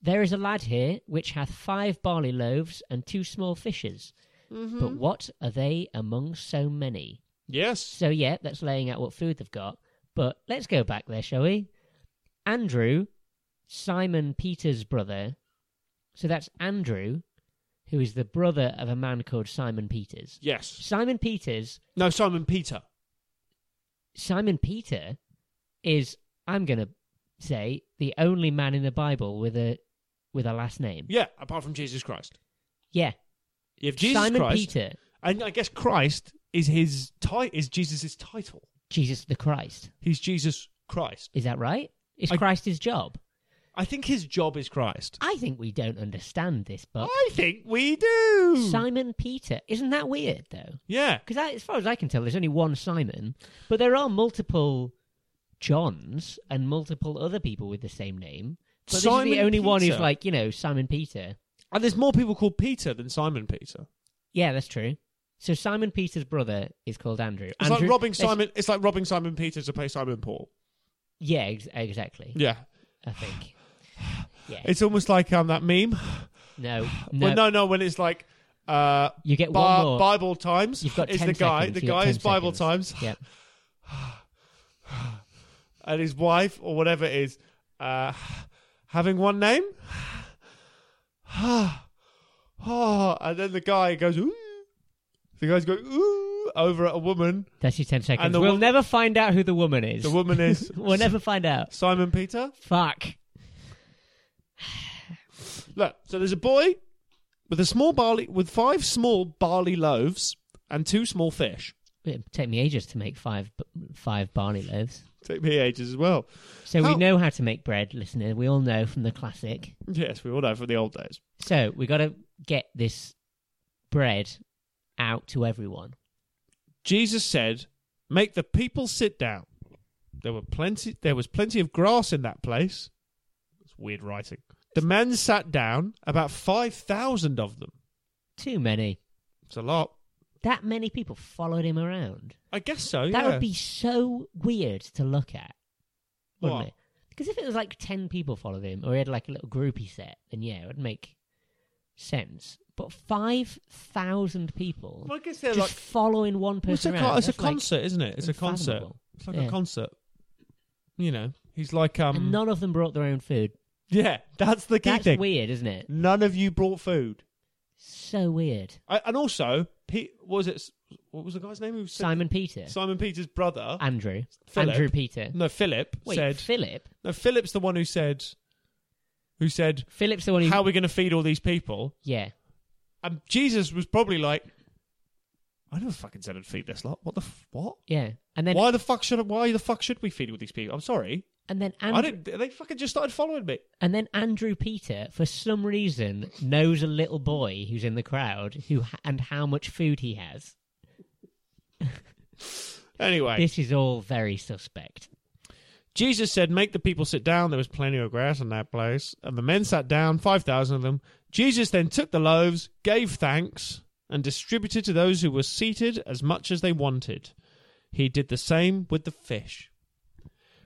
Speaker 1: There is a lad here which hath five barley loaves and two small fishes, but what are they among so many?
Speaker 2: Yes.
Speaker 1: So, yeah, that's laying out what food they've got, but let's go back there, shall we? Andrew, Simon Peter's brother. So that's Andrew, who is the brother of a man called Simon Peters.
Speaker 2: Yes.
Speaker 1: Simon Peters,
Speaker 2: No, Simon Peter.
Speaker 1: Simon Peter is, I'm going to say, the only man in the Bible with a with a last name.
Speaker 2: Yeah, apart from Jesus Christ.
Speaker 1: Yeah.
Speaker 2: If Jesus
Speaker 1: Simon
Speaker 2: Christ,
Speaker 1: Peter,
Speaker 2: and I guess Christ is his ti- is Jesus's title.
Speaker 1: Jesus the Christ.
Speaker 2: He's Jesus Christ.
Speaker 1: Is that right? Is
Speaker 2: I-
Speaker 1: Christ his job?
Speaker 2: I think his job is Christ.
Speaker 1: I think we don't understand this book.
Speaker 2: I think we
Speaker 4: Hmm.
Speaker 2: do.
Speaker 1: Simon Peter. Isn't that weird, though?
Speaker 2: yeah.
Speaker 1: Because as far as I can tell, there's only one Simon, but there are multiple Johns and multiple other people with the same name. But this is
Speaker 2: Simon
Speaker 1: the only one who's
Speaker 2: Peter.
Speaker 1: like, you know, Simon Peter.
Speaker 2: And there's more people called Peter than Simon Peter.
Speaker 1: Yeah, that's true. So Simon Peter's brother is called Andrew.
Speaker 4: It's
Speaker 1: Andrew-
Speaker 4: like robbing
Speaker 1: let's-
Speaker 4: Simon. It's like robbing Simon Peter to play Simon Paul.
Speaker 1: Yeah, ex- exactly.
Speaker 4: Yeah,
Speaker 1: I think. Yeah.
Speaker 4: it's almost like um that meme.
Speaker 1: no,
Speaker 4: No,
Speaker 1: no,
Speaker 4: well, no, no. When it's like uh,
Speaker 1: You get one
Speaker 4: Bi-
Speaker 1: more.
Speaker 4: Bible times.
Speaker 1: You've got
Speaker 4: is
Speaker 1: 10
Speaker 4: the guy.
Speaker 1: seconds.
Speaker 4: The
Speaker 1: You've got
Speaker 4: guy
Speaker 1: 10
Speaker 4: is Bible
Speaker 1: seconds.
Speaker 4: times,
Speaker 1: Yep.
Speaker 4: and his wife or whatever it is uh, having one name. oh, and then the guy goes. Ooh. The guy's going ooh over at a woman.
Speaker 1: That's your 10 seconds.
Speaker 4: the
Speaker 1: we'll
Speaker 4: wo-
Speaker 1: never find out who the woman is.
Speaker 4: The woman is
Speaker 1: we'll never find out.
Speaker 4: Simon Peter.
Speaker 1: Fuck.
Speaker 4: Look,
Speaker 2: So there's a boy with a small barley with five small barley loaves and two small fish.
Speaker 1: It'd take me ages to make five b- five barley loaves.
Speaker 2: Take me ages as well.
Speaker 1: So
Speaker 2: How-
Speaker 1: we know how to make bread, listener. We all know from the classic.
Speaker 2: Yes, we all know from the old days.
Speaker 1: So we got to get this bread out to everyone.
Speaker 2: Jesus said, "Make the people sit down." There were plenty. There was plenty of grass in that place. It's weird writing. The men sat down, about five thousand of them.
Speaker 1: Too many.
Speaker 2: It's a lot.
Speaker 1: That many people followed him around.
Speaker 2: I guess so.
Speaker 1: That
Speaker 2: Oh, yeah.
Speaker 1: would be so weird to look at, wouldn't
Speaker 2: What?
Speaker 1: it? Because if it was like ten people followed him, or he had like a little groupie set, then yeah, it would make sense. But five thousand people
Speaker 4: I guess they're
Speaker 1: just
Speaker 4: like
Speaker 1: following one
Speaker 2: Well, it's
Speaker 1: person
Speaker 2: a,
Speaker 1: around.
Speaker 2: con- it's a
Speaker 1: that's, like,
Speaker 2: concert, isn't it? It's a concert.
Speaker 1: unfathomable.
Speaker 2: It's like
Speaker 1: Yeah.
Speaker 2: a concert. You know, he's like um.
Speaker 1: and none of them brought their own food.
Speaker 2: yeah, that's the key
Speaker 1: That's
Speaker 2: thing.
Speaker 1: weird, isn't it?
Speaker 2: None of you brought food.
Speaker 1: So weird.
Speaker 2: I, and also, Pete, what was it? What was the guy's name? Who said-
Speaker 1: Simon Peter,
Speaker 2: Simon Peter's brother.
Speaker 1: Andrew,
Speaker 2: Philip.
Speaker 1: Andrew Peter.
Speaker 2: no, Philip
Speaker 1: Wait,
Speaker 2: said.
Speaker 1: Philip.
Speaker 2: no, Philip's the one who said. Who said?
Speaker 1: Philip's the one who.
Speaker 2: How are we going to feed all these people?
Speaker 1: Yeah,
Speaker 2: And Jesus was probably like, I never fucking said I'd feed this lot. What the f- what?
Speaker 1: yeah. And then
Speaker 2: why the fuck should I, why the fuck should we feed all these people? I'm sorry,
Speaker 1: and then
Speaker 2: I
Speaker 1: Andrew,
Speaker 2: didn't. They fucking just started following me.
Speaker 1: and then Andrew Peter, for some reason, knows a little boy who's in the crowd who ha- and how much food he has.
Speaker 2: Anyway,
Speaker 1: This is all very suspect.
Speaker 2: Jesus said, Make the people sit down. There was plenty of grass in that place. And the men sat down, 5,000 of them. Jesus then took the loaves, gave thanks, and distributed to those who were seated as much as they wanted. He did the same with the fish.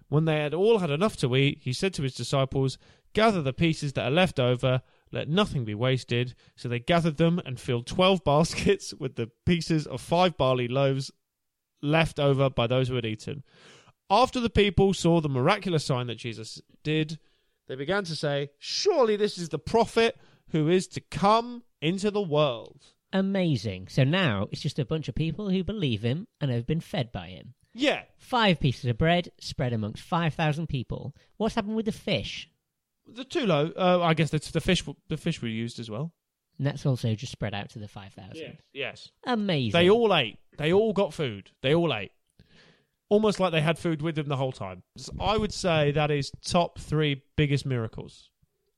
Speaker 2: When they had all had enough to eat, he said to his disciples, Gather the pieces that are left over, let nothing be wasted. So they gathered them and filled twelve baskets with the pieces of five barley loaves left over by those who had eaten. After the people saw the miraculous sign that Jesus did, they began to say, Surely this is the prophet who is to come into the world.
Speaker 1: Amazing. So now it's just a bunch of people who believe him and have been fed by him.
Speaker 2: Yeah.
Speaker 1: Five pieces of bread spread amongst five thousand people. What's happened with the fish?
Speaker 2: The two low, uh, I guess that's the fish. w- The fish were used as well.
Speaker 1: And that's also just spread out to the five thousand.
Speaker 2: Yes.
Speaker 1: Amazing.
Speaker 2: They all ate. They all got food. They all ate. Almost like they had food with them the whole time. So I would say that is top three biggest miracles.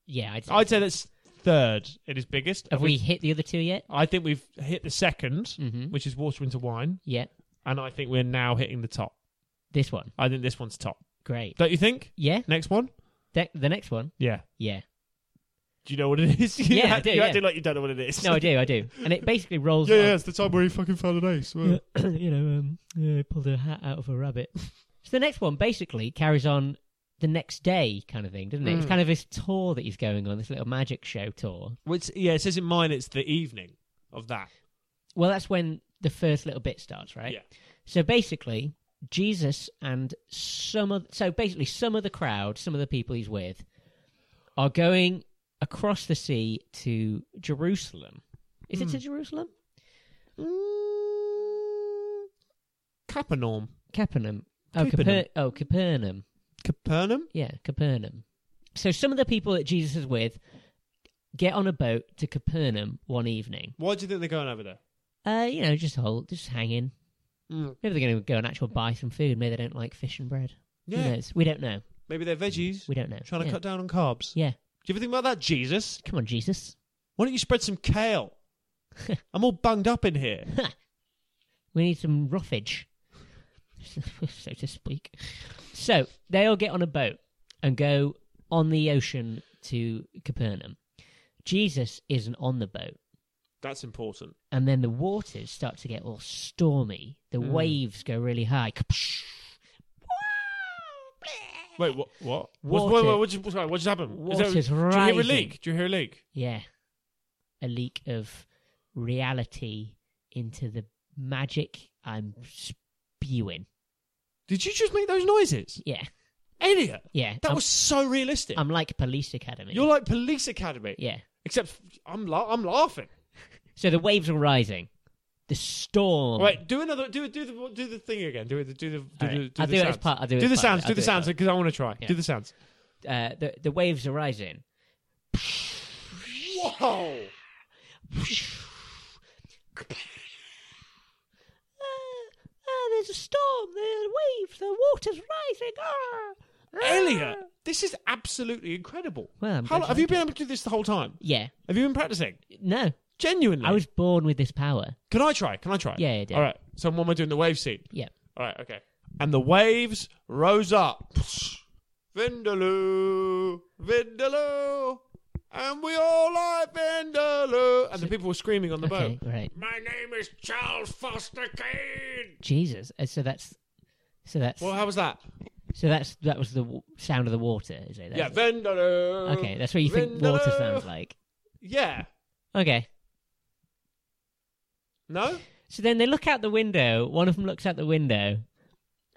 Speaker 1: Yeah, I'd say.
Speaker 2: I'd say that's third. It is biggest.
Speaker 1: have we hit the other two yet?
Speaker 2: I think we've hit the 2nd
Speaker 1: Mhm.
Speaker 2: which is water into wine,
Speaker 1: Yeah.
Speaker 2: and I think we're now hitting the top.
Speaker 1: This one.
Speaker 2: I think this one's top.
Speaker 1: Great.
Speaker 2: Don't you think?
Speaker 1: Yeah.
Speaker 2: Next one?
Speaker 1: De- the next one.
Speaker 2: Yeah.
Speaker 1: Yeah.
Speaker 2: Do you know what it is? You
Speaker 1: Yeah, I
Speaker 2: act-
Speaker 1: do,
Speaker 2: You
Speaker 1: yeah.
Speaker 2: acting like you don't know what it is.
Speaker 1: No, I do. I do. And it basically rolls.
Speaker 2: Yeah,
Speaker 1: on-
Speaker 2: yeah, it's the time where he fucking found an ace. Well,
Speaker 1: you know, um, yeah, pulled a hat out of a rabbit. so the next one basically carries on the next day kind of thing, doesn't it? It's
Speaker 2: Mm.
Speaker 1: kind of this tour that he's going on, this little magic show tour.
Speaker 2: Which, yeah, it says in mine it's the evening of that.
Speaker 1: Well, that's when the first little bit starts, right?
Speaker 2: Yeah.
Speaker 1: So basically, Jesus and some of so basically some of the crowd, some of the people he's with, are going across the sea to Jerusalem. Is
Speaker 2: Hmm.
Speaker 1: it to Jerusalem?
Speaker 2: Mm, Capernaum.
Speaker 1: Capernaum. Oh,
Speaker 2: Capernaum.
Speaker 1: Capernaum. oh, Capernaum.
Speaker 2: Capernaum?
Speaker 1: Yeah, Capernaum. So some of the people that Jesus is with get on a boat to Capernaum one evening.
Speaker 2: Why do you think they're going over there?
Speaker 1: Uh, you know, just hold, just hanging.
Speaker 2: Mm.
Speaker 1: Maybe they're going to go and actually buy some food. Maybe they don't like fish and bread. Who
Speaker 2: Yeah.
Speaker 1: knows? We don't know.
Speaker 2: Maybe they're veggies.
Speaker 1: We don't know.
Speaker 2: Trying to
Speaker 1: Yeah.
Speaker 2: cut down on carbs.
Speaker 1: Yeah.
Speaker 2: Do you ever think about that, Jesus?
Speaker 1: Come on, Jesus.
Speaker 2: Why don't you spread some kale? I'm all bunged up in here.
Speaker 1: We need some roughage, so to speak. So they all get on a boat and go on the ocean to Capernaum. Jesus isn't on the boat.
Speaker 2: That's important.
Speaker 1: and then the waters start to get all stormy. The
Speaker 2: Hmm.
Speaker 4: Mm.
Speaker 1: waves go really high.
Speaker 2: Wait, what? What?
Speaker 1: Water.
Speaker 2: What, what, what, just, sorry, what just happened? Is that-
Speaker 1: Water's
Speaker 2: do you
Speaker 1: rising.
Speaker 2: hear a leak? Do you hear a leak?
Speaker 1: Yeah, a leak of reality into the magic I'm spewing.
Speaker 2: Did you just make those noises?
Speaker 1: Yeah,
Speaker 2: Elliot,
Speaker 1: yeah.
Speaker 2: that
Speaker 1: I'm,
Speaker 2: was so realistic.
Speaker 1: I'm like Police Academy.
Speaker 2: You're like Police Academy,
Speaker 1: yeah.
Speaker 2: except f- I'm la- I'm laughing.
Speaker 1: So the waves are rising. The storm.
Speaker 2: Wait, do another, do do the do the thing again. Do it, do the do,
Speaker 1: All right.
Speaker 2: the, do
Speaker 1: I'll
Speaker 2: the
Speaker 1: do it
Speaker 2: sounds.
Speaker 1: as part. I'll do, it
Speaker 2: do the
Speaker 1: as part of
Speaker 2: sounds.
Speaker 1: it.
Speaker 2: Do
Speaker 1: I'll
Speaker 2: the
Speaker 1: it as
Speaker 2: sounds because I want to try.
Speaker 1: Yeah.
Speaker 2: Do the sounds.
Speaker 1: part. Uh, the the waves are rising.
Speaker 2: Whoa!
Speaker 1: Ah, ah, there's a storm. The waves. The water's rising. Ah, ah.
Speaker 2: Elliot, this is absolutely incredible.
Speaker 1: Well, I'm glad
Speaker 2: How long,
Speaker 1: you
Speaker 2: have you
Speaker 1: liked
Speaker 2: been able to do this the whole time?
Speaker 1: Yeah.
Speaker 2: Have you been practicing?
Speaker 1: No,
Speaker 2: Genuinely,
Speaker 1: I was born with this power.
Speaker 2: Can I try? Can I try?
Speaker 1: Yeah, yeah, do it.
Speaker 2: All right. So when we're doing the wave scene.
Speaker 1: Yeah.
Speaker 2: All right. Okay. And the waves rose up. Vindaloo, Vindaloo, and we all like Vindaloo. And the people were screaming on the
Speaker 1: okay,
Speaker 2: boat.
Speaker 1: right.
Speaker 2: My name is Charles Foster Kane.
Speaker 1: Jesus. Uh, So that's. So that's
Speaker 2: Well, how was that?
Speaker 1: so that's that was the w- sound of the water, is it?
Speaker 2: yeah,
Speaker 1: That's-
Speaker 2: Vindaloo.
Speaker 1: Okay, that's what you think water
Speaker 2: Vindaloo.
Speaker 1: sounds like.
Speaker 2: Yeah.
Speaker 1: Okay.
Speaker 2: No.
Speaker 1: So then they look out the window. One of them looks out the window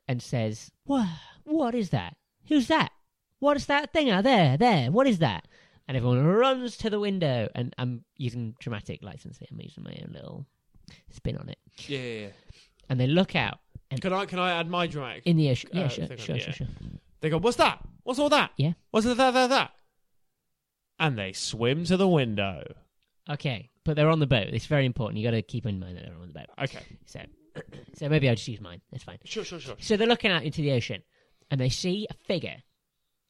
Speaker 1: and says, "What? What is that? Who's that? What is that thing out there? There? What is that?" And everyone runs to the window. And I'm using dramatic license here. I'm using my own little spin on it.
Speaker 2: Yeah. yeah, yeah.
Speaker 1: And they look out and
Speaker 2: Can I? Can I add my dramatic?
Speaker 1: in the air. Yeah,
Speaker 2: Uh,
Speaker 1: sure,
Speaker 2: thing on-
Speaker 1: sure,
Speaker 2: yeah.
Speaker 1: sure, sure.
Speaker 2: They go, "What's that? What's all that?
Speaker 1: Yeah.
Speaker 2: What's that? That? That? That?" And they swim to the window.
Speaker 1: Okay, but they're on the boat. It's very important. You got to keep in mind that they're on the boat.
Speaker 2: Okay.
Speaker 1: So, so maybe I'll just use mine. That's fine.
Speaker 2: Sure, sure, sure.
Speaker 1: So they're looking out into the ocean and they see a figure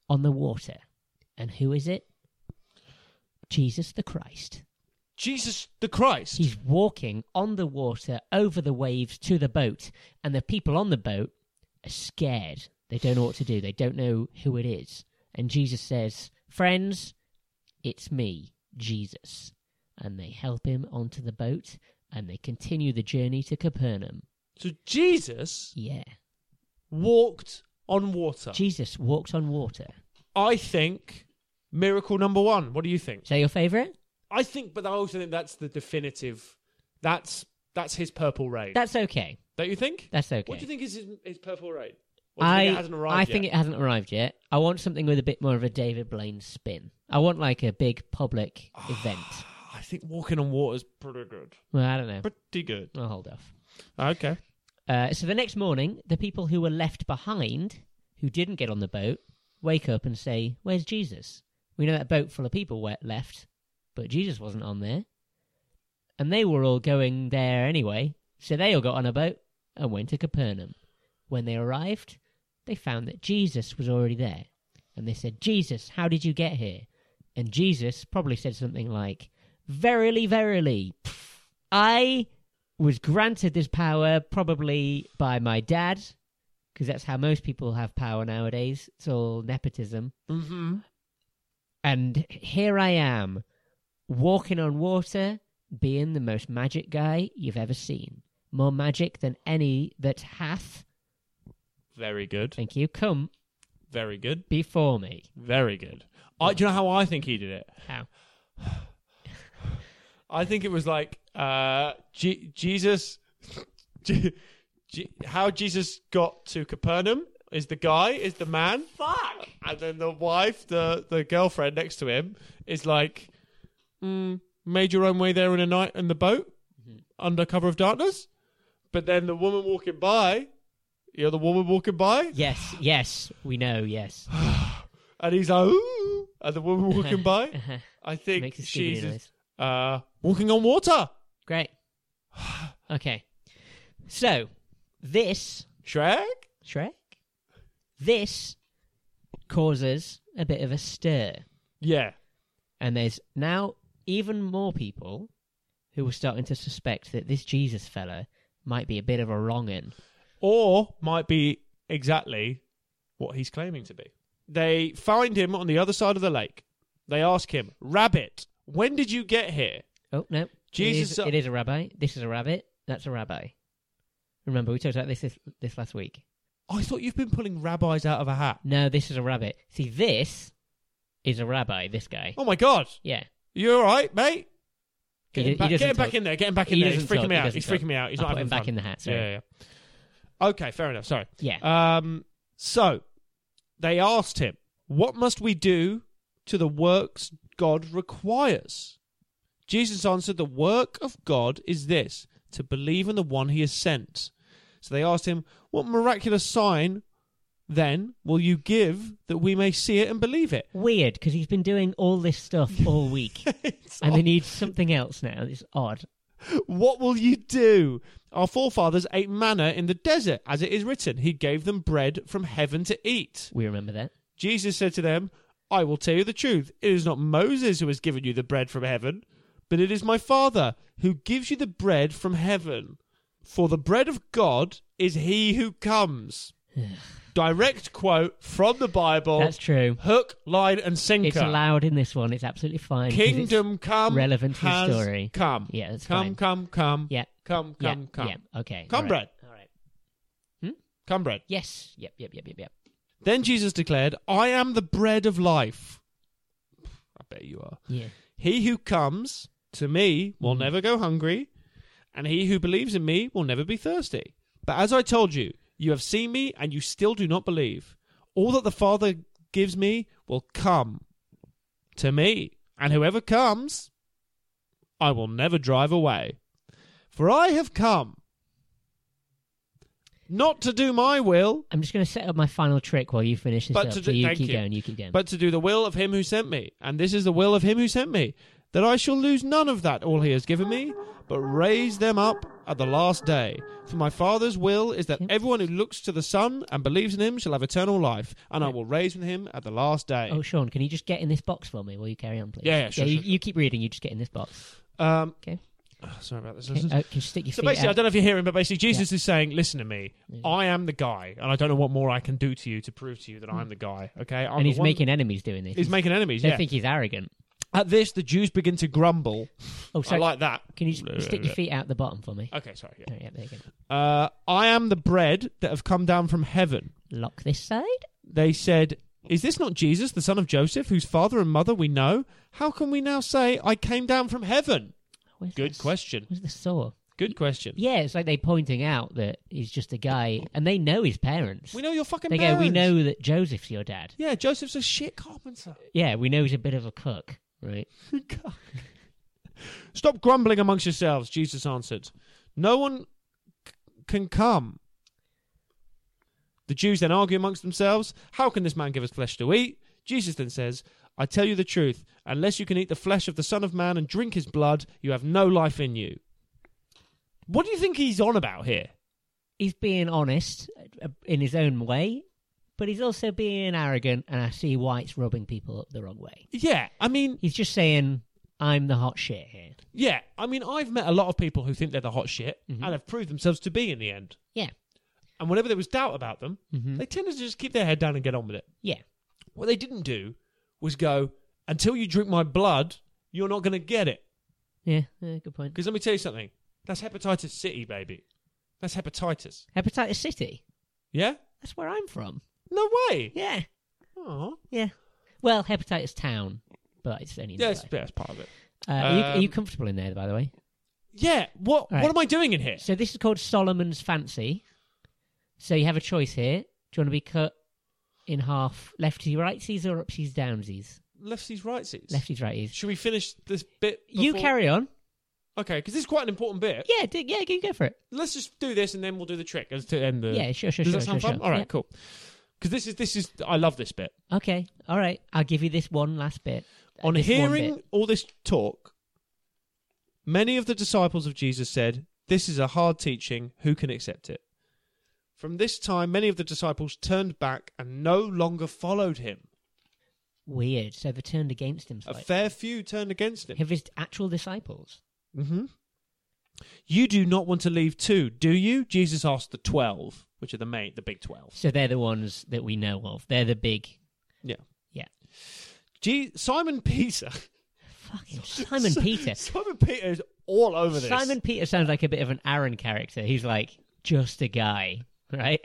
Speaker 1: on the water. And who is it? Jesus the Christ.
Speaker 2: Jesus the Christ.
Speaker 1: He's walking on the water over the waves to the boat. And the people on the boat are scared. They don't know what to do, they don't know who it is. And Jesus says, Friends, it's me, Jesus. And they help him onto the boat and they continue the journey to Capernaum.
Speaker 2: so Jesus
Speaker 1: Yeah.
Speaker 2: walked on water.
Speaker 1: Jesus walked on water.
Speaker 2: I think miracle number one. What do you think?
Speaker 1: Is that your favourite?
Speaker 2: I think, but I also think that's the definitive. That's that's his purple rain.
Speaker 1: That's okay.
Speaker 2: Don't you think?
Speaker 1: That's okay.
Speaker 2: What do you think is his, his purple rain? Or do you
Speaker 1: I,
Speaker 2: think it hasn't arrived
Speaker 1: I
Speaker 2: yet?
Speaker 1: think it hasn't arrived yet. I want something with a bit more of a David Blaine spin. I want like a big public event.
Speaker 2: I think walking on water is pretty good.
Speaker 1: Well, I don't know.
Speaker 2: Pretty good.
Speaker 1: I'll hold off.
Speaker 2: Okay.
Speaker 1: Uh, so the next morning, the people who were left behind, who didn't get on the boat, wake up and say, "Where's Jesus?" We know that boat full of people were left, but Jesus wasn't on there, and they were all going there anyway. So they all got on a boat and went to Capernaum. When they arrived, they found that Jesus was already there, and they said, "Jesus, how did you get here?" And Jesus probably said something like, "Verily, verily, pff, I." was granted this power probably by my dad, because that's how most people have power nowadays. It's all nepotism.
Speaker 2: Mm-hmm.
Speaker 1: And here I am, walking on water, being the most magic guy you've ever seen. More magic than any that hath,
Speaker 2: Very good.
Speaker 1: thank you, come
Speaker 2: Very good.
Speaker 1: before me.
Speaker 2: Very good. I, do you know how I think he did it?
Speaker 1: How?
Speaker 2: I think it was like uh, G- Jesus. G- G- how Jesus got to Capernaum is the guy is the man. Fuck. And then the wife, the the girlfriend next to him, is like, mm, made your own way there in a night in the boat
Speaker 1: Mm-hmm.
Speaker 2: under cover of darkness. But then the woman walking by, you know, the woman walking by,
Speaker 1: Yes, yes, we know, yes.
Speaker 2: and he's like, ooh, and the woman walking by. I think
Speaker 1: Makes a squeaky
Speaker 2: she's
Speaker 1: noise.
Speaker 2: uh, walking on water.
Speaker 1: Great. Okay. So, this
Speaker 2: Shrek.
Speaker 1: Shrek. This causes a bit of a stir,
Speaker 2: Yeah.
Speaker 1: and there's now even more people who are starting to suspect that this Jesus fella might be a bit of a wrongin.
Speaker 2: or might be exactly what he's claiming to be. They find him on the other side of the lake. They ask him, Rabbit, when did you get here?
Speaker 1: Oh no,
Speaker 2: Jesus.
Speaker 1: it is, it is a rabbi. This is a rabbit. That's a rabbi. Remember, we talked about this this, this last week.
Speaker 4: I thought you've been pulling rabbis out of a hat.
Speaker 1: No, this is a rabbit. See, this is a rabbi. This guy.
Speaker 4: Oh my god,
Speaker 1: Yeah,
Speaker 4: you all right, mate?
Speaker 1: He
Speaker 4: Get
Speaker 1: do-
Speaker 4: him
Speaker 1: he
Speaker 4: back, get
Speaker 1: doesn't
Speaker 4: him back
Speaker 1: talk.
Speaker 4: in there. Get him back in
Speaker 1: He
Speaker 4: there. He's
Speaker 1: doesn't
Speaker 4: freaking
Speaker 1: talk,
Speaker 4: me
Speaker 1: he
Speaker 4: out.
Speaker 1: doesn't
Speaker 4: He's
Speaker 1: talk.
Speaker 4: freaking me out. He's
Speaker 1: I'll
Speaker 4: not
Speaker 1: put
Speaker 4: having
Speaker 1: him back
Speaker 4: fun.
Speaker 1: in the hat. Sorry.
Speaker 4: Yeah, yeah, yeah. Okay, fair enough. Sorry.
Speaker 1: Yeah.
Speaker 4: Um,
Speaker 2: So they asked him, What must we do to the works God requires? Jesus answered, The work of God is this to believe in the one he has sent. So they asked him, What miraculous sign then will you give that we may see it and believe it?
Speaker 1: Weird, because he's been doing all this stuff all week,
Speaker 2: It's
Speaker 1: and they need something else now. It's odd.
Speaker 2: What will you do? Our forefathers ate manna in the desert, as it is written, He gave them bread from heaven to eat.
Speaker 1: We remember that.
Speaker 2: Jesus said to them, I will tell you the truth. It is not Moses who has given you the bread from heaven, but it is my Father who gives you the bread from heaven. For the bread of God is he who comes. Direct quote from the Bible
Speaker 1: That's true.
Speaker 2: hook, line, and sinker.
Speaker 1: It's allowed in this one. It's absolutely fine. 'cause it's-
Speaker 2: Kingdom come.
Speaker 1: relevant to the
Speaker 2: has
Speaker 1: story.
Speaker 2: Come.
Speaker 1: Yeah, that's
Speaker 2: come,
Speaker 1: fine.
Speaker 2: come, come.
Speaker 1: Yeah.
Speaker 2: Come,
Speaker 1: Yeah,
Speaker 2: come, come.
Speaker 1: Yeah. Okay.
Speaker 2: Come,
Speaker 1: all right,
Speaker 2: bread.
Speaker 1: All right.
Speaker 2: Come, bread.
Speaker 1: Yes. Yep. Yep. Yep. Yep. Yep.
Speaker 2: Then Jesus declared, I am the bread of life. I bet you are.
Speaker 1: Yeah.
Speaker 2: He who comes to me will never go hungry, and he who believes in me will never be thirsty. But as I told you, you have seen me, and you still do not believe. All that the Father gives me will come to me, and whoever comes, I will never drive away. For I have come not to do my will,
Speaker 1: I'm just going to set up my final trick while you finish this
Speaker 2: But
Speaker 1: up.
Speaker 2: to
Speaker 1: so
Speaker 2: do-
Speaker 1: you
Speaker 2: thank
Speaker 1: keep
Speaker 2: you.
Speaker 1: going. You keep going.
Speaker 2: but to do the will of him who sent me. And this is the will of him who sent me, that I shall lose none of that all he has given me, but raise them up at the last day. For my Father's will is that
Speaker 1: Yep.
Speaker 2: everyone who looks to the Son and believes in him shall have eternal life, and I
Speaker 1: Yep.
Speaker 2: will raise him at the last day.
Speaker 1: oh, Sean, can you just get in this box for me while you carry on, please?
Speaker 2: Yeah, yeah, sure,
Speaker 1: you,
Speaker 2: sure,
Speaker 1: you keep reading. You just get in this box.
Speaker 2: Um,
Speaker 1: Okay.
Speaker 2: Sorry about this.
Speaker 1: Okay.
Speaker 2: listeners.
Speaker 1: Uh, can you stick your
Speaker 4: so
Speaker 1: feet
Speaker 4: basically, I
Speaker 1: out?
Speaker 4: don't know if you're hearing, but basically, Jesus is saying, "Listen to me. I am the guy, and I don't know what more I can do to you to prove to you that I'm the guy." Okay, I'm
Speaker 1: Hmm. and
Speaker 4: the
Speaker 1: he's
Speaker 4: one-
Speaker 1: making enemies doing this.
Speaker 4: he's making enemies.
Speaker 1: They
Speaker 4: Yeah.
Speaker 1: think he's arrogant.
Speaker 2: At this, the Jews begin to grumble.
Speaker 1: Oh,
Speaker 4: I
Speaker 1: sorry.
Speaker 4: like that.
Speaker 1: Can you just stick your feet out the bottom for me?
Speaker 4: Okay, sorry. Yeah.
Speaker 1: Oh, yeah, there you go.
Speaker 2: Uh, I am the bread that have come down from heaven.
Speaker 1: Lock this side.
Speaker 2: They said, Is this not Jesus, the son of Joseph, whose father and mother we know? How can we now say, I came down from heaven?
Speaker 1: Where's
Speaker 2: Good
Speaker 1: this?
Speaker 2: question.
Speaker 1: Where's the saw?
Speaker 2: Good question.
Speaker 1: Yeah, it's like they pointing out that he's just a guy, and they know his parents.
Speaker 2: We know your fucking
Speaker 1: they go,
Speaker 2: parents.
Speaker 1: we know that Joseph's your dad.
Speaker 2: Yeah, Joseph's a shit carpenter.
Speaker 1: Yeah, we know he's a bit of a cook, right?
Speaker 2: Stop grumbling amongst yourselves, Jesus answered. No one c- can come. The Jews then argue amongst themselves, How can this man give us flesh to eat? Jesus then says, I tell you the truth, unless you can eat the flesh of the Son of Man and drink his blood, you have no life in you. What do you think he's on about here?
Speaker 1: He's being honest uh, in his own way, but he's also being arrogant, and I see why it's rubbing people up the wrong way.
Speaker 2: Yeah, I mean,
Speaker 1: He's just saying, "I'm the hot shit here."
Speaker 2: yeah, I mean, I've met a lot of people who think they're the hot shit
Speaker 1: Mhm.
Speaker 2: and have proved themselves to be in the end.
Speaker 1: Yeah,
Speaker 2: And whenever there was doubt about them,
Speaker 1: Mhm.
Speaker 2: they tended to just keep their head down and get on with it.
Speaker 1: yeah,
Speaker 2: What they didn't do was go, until you drink my blood, you're not going to get it.
Speaker 1: yeah. yeah good point.
Speaker 2: Because let me tell you something. That's hepatitis city, baby. That's hepatitis.
Speaker 1: Hepatitis City.
Speaker 2: Yeah?
Speaker 1: That's where I'm from.
Speaker 2: No way.
Speaker 1: Yeah,
Speaker 2: Aw.
Speaker 1: yeah. Well, Hepatitis Town, but it's only. in
Speaker 2: Yeah, that's,
Speaker 1: Dubai.
Speaker 2: yeah, that's part of it.
Speaker 1: Uh, are, you, are you
Speaker 2: Um,
Speaker 1: comfortable in there, by the way?
Speaker 2: Yeah, what
Speaker 1: All right.
Speaker 2: what am I doing in here?
Speaker 1: So this is called Solomon's Fancy. So you have a choice here. Do you want to be cut in half, lefty righties or upsies downsies?
Speaker 2: Lefties, rightsies.
Speaker 1: Lefties righties.
Speaker 2: Should we finish this bit?
Speaker 1: You
Speaker 2: before-
Speaker 1: carry on.
Speaker 2: Okay, because this is quite an important bit.
Speaker 1: Yeah, d- yeah, you go for it.
Speaker 2: Let's just do this and then we'll do the trick as to end the.
Speaker 1: yeah, sure, sure,
Speaker 2: Does
Speaker 1: sure.
Speaker 2: that sound
Speaker 1: sure,
Speaker 2: fun?
Speaker 1: sure.
Speaker 2: All right, cool. Because this is this is I love this bit.
Speaker 1: Yeah. Okay. All right. I'll give you this one last bit. Uh,
Speaker 2: On
Speaker 1: this one
Speaker 2: hearing
Speaker 1: bit.
Speaker 2: all this talk, many of the disciples of Jesus said, This is a hard teaching. Who can accept it? From this time, many of the disciples turned back and no longer followed him.
Speaker 1: Weird. So they turned against him.
Speaker 2: A
Speaker 1: slightly.
Speaker 2: fair few turned against him.
Speaker 1: Have his actual disciples.
Speaker 2: hmm You do not want to leave too, do you? Jesus asked the twelve, which are the main, the big twelve.
Speaker 1: So they're the ones that we know of. They're the big.
Speaker 2: Yeah.
Speaker 1: Yeah.
Speaker 2: Je- Simon Peter.
Speaker 1: Fucking Simon Peter.
Speaker 2: Simon Peter is all over this.
Speaker 1: Simon Peter sounds like a bit of an Aaron character. He's like just a guy, right?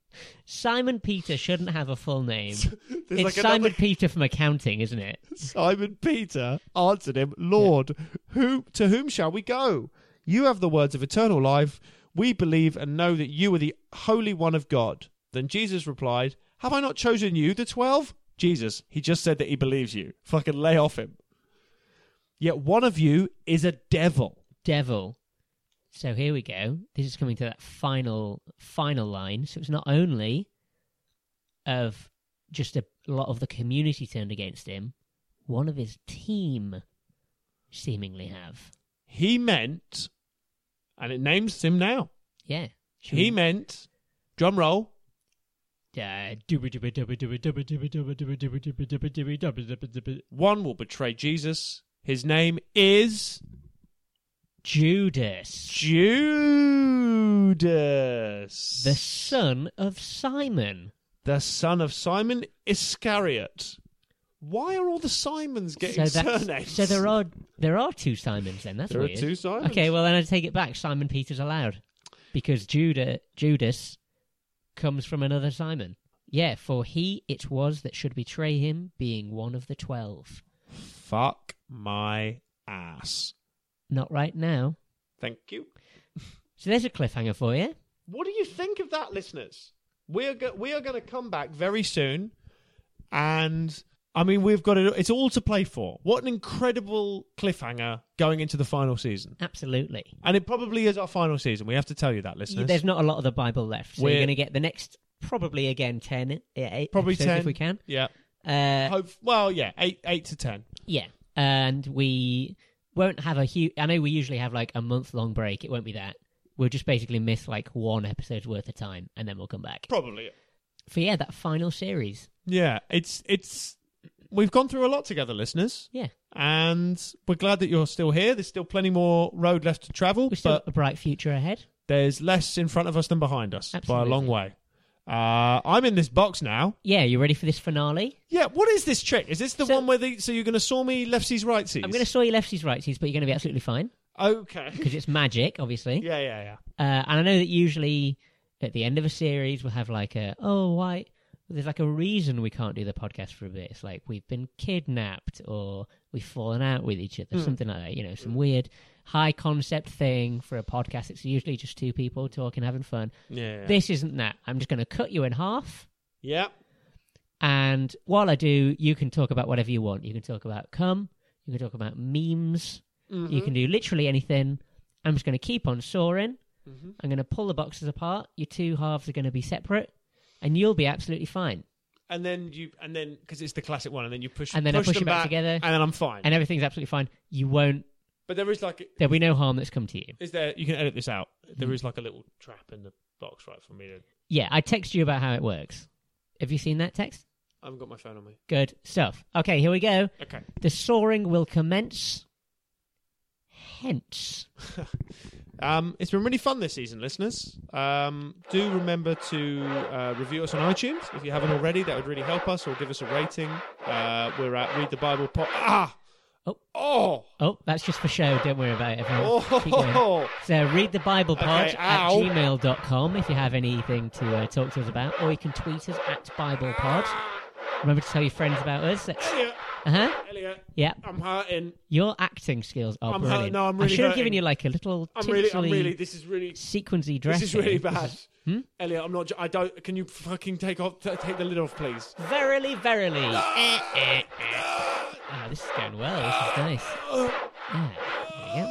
Speaker 1: Simon Peter shouldn't have a full name.
Speaker 2: There's
Speaker 1: it's
Speaker 2: like
Speaker 1: Simon
Speaker 2: another-
Speaker 1: Peter from accounting, isn't it?
Speaker 2: Simon Peter answered him, Lord, who to whom shall we go? You have the words of eternal life. We believe and know that you are the Holy One of God. Then Jesus replied, Have I not chosen you, the twelve? Jesus, he just said that he believes you. Fucking lay off him. Yet one of you is a devil.
Speaker 1: Devil. So here we go. This is coming to that final final line. So it's not only of just a lot of the community turned against him, one of his team seemingly have.
Speaker 2: He meant, and it names him now.
Speaker 1: Yeah. Should
Speaker 2: He
Speaker 1: we-
Speaker 2: meant, drum roll,
Speaker 1: Uh, Judas.
Speaker 2: one will betray Jesus. His name is. Judas.
Speaker 1: the son of Simon.
Speaker 2: The son of Simon Iscariot. Why are all the Simons getting
Speaker 1: that's-
Speaker 2: surnames?
Speaker 1: so there are there are two Simons then. That's
Speaker 2: There are
Speaker 1: weird.
Speaker 2: two Simons.
Speaker 1: Okay, well then I take it back. Simon Peter's allowed because Judah Judas comes from another Simon. Yeah, for he it was that should betray him, being one of the twelve.
Speaker 2: Fuck my ass.
Speaker 1: Not right now.
Speaker 2: Thank you.
Speaker 1: So there's a cliffhanger for you.
Speaker 2: What do you think of that, listeners? We are go- we are going to come back very soon, and I mean we've got it. It's all to play for. What an incredible cliffhanger going into the final season,
Speaker 1: Absolutely.
Speaker 2: and it probably is our final season. We have to tell you that, listeners.
Speaker 1: There's not a lot of the Bible left, so
Speaker 2: We're-
Speaker 1: you're going to get the next probably again ten, eh, eight
Speaker 2: Probably
Speaker 1: episodes
Speaker 2: 10.
Speaker 1: if we can.
Speaker 2: yeah.
Speaker 1: Uh,
Speaker 2: Hope. Well, yeah. Eight eight to ten.
Speaker 1: Yeah, and we won't have a huge. I know we usually have like a month long break. It won't be that. We'll just basically miss like one episode's worth of time, and then we'll come back
Speaker 2: Probably.
Speaker 1: for yeah that final series.
Speaker 2: Yeah, it's it's we've gone through a lot together, listeners.
Speaker 1: Yeah.
Speaker 2: And we're glad that you're still here. There's still plenty more road left to travel,
Speaker 1: We've still
Speaker 2: but
Speaker 1: got a bright future ahead.
Speaker 2: there's less in front of us than behind us by a
Speaker 1: Absolutely.
Speaker 2: long way. Uh, I'm in this box now.
Speaker 1: Yeah, you ready for this finale?
Speaker 2: Yeah, what is this trick? Is this the
Speaker 1: So-
Speaker 2: one where the so you're going to saw me lefties righties?
Speaker 1: I'm going to saw you lefties righties, but you're going to be absolutely fine
Speaker 2: Okay.
Speaker 1: because it's magic, obviously.
Speaker 2: yeah, yeah, yeah.
Speaker 1: Uh, and I know that usually at the end of a series we'll have like a oh why there's like a reason we can't do the podcast for a bit. It's like we've been kidnapped or we've fallen out with each other, something like that. You know, some weird high concept thing for a podcast. It's usually just two people talking, having fun.
Speaker 2: Yeah. Yeah.
Speaker 1: This isn't that. I'm just going to cut you in half.
Speaker 2: yeah.
Speaker 1: And while I do, you can talk about whatever you want. You can talk about cum. You can talk about memes.
Speaker 2: Mm-hmm.
Speaker 1: You can do literally anything. I'm just going to keep on soaring.
Speaker 2: Mhm.
Speaker 1: I'm going to pull the boxes apart. Your two halves are going to be separate, and you'll be absolutely fine.
Speaker 2: And then you and then cuz it's the classic one and then you push
Speaker 1: And then I
Speaker 2: push
Speaker 1: push
Speaker 2: them
Speaker 1: it back together.
Speaker 2: and then I'm fine.
Speaker 1: And everything's absolutely fine. You won't.
Speaker 2: but there is like
Speaker 1: There'll be no harm that's come to you.
Speaker 2: Is there? You can edit this out. There is like a little trap in the box, right, for me to.
Speaker 1: Yeah, I text you about how it works. Have you seen that text?
Speaker 2: I haven't got my phone on me.
Speaker 1: Good stuff. Okay, here we go.
Speaker 2: Okay.
Speaker 1: The soaring will commence. Hence,
Speaker 2: Um, it's been really fun this season, listeners. Um, do remember to uh, review us on iTunes if you haven't already. That would really help us, or give us a rating. Uh, we're at Read the Bible Pod. Ah.
Speaker 1: Oh.
Speaker 2: Oh.
Speaker 1: oh, that's just for show. Don't worry about it. everyone. Keep going.
Speaker 2: Oh.
Speaker 1: So read the Bible pod
Speaker 2: Okay,
Speaker 1: at
Speaker 2: ow.
Speaker 1: gmail.com if you have anything to uh, talk to us about, or you can tweet us at Bible Pod. Remember to tell your friends about us. That's,
Speaker 2: Elliot.
Speaker 1: uh-huh.
Speaker 2: Elliot.
Speaker 1: Yeah,
Speaker 2: I'm hurting.
Speaker 1: your acting skills are
Speaker 2: I'm hurt-
Speaker 1: brilliant.
Speaker 2: no, I'm really
Speaker 1: I should have given
Speaker 2: hurting.
Speaker 1: you like a little
Speaker 2: I'm really. I'm
Speaker 1: tinsely,
Speaker 2: really. This is really.
Speaker 1: sequency dress.
Speaker 2: This is really bad.
Speaker 1: Hmm?
Speaker 2: Elliot, I'm not. j- I don't. Can you fucking take off? t- Take the lid off, please.
Speaker 1: Verily, verily. Eh, eh, eh. Ah, this is going well. This is nice. Yeah, there you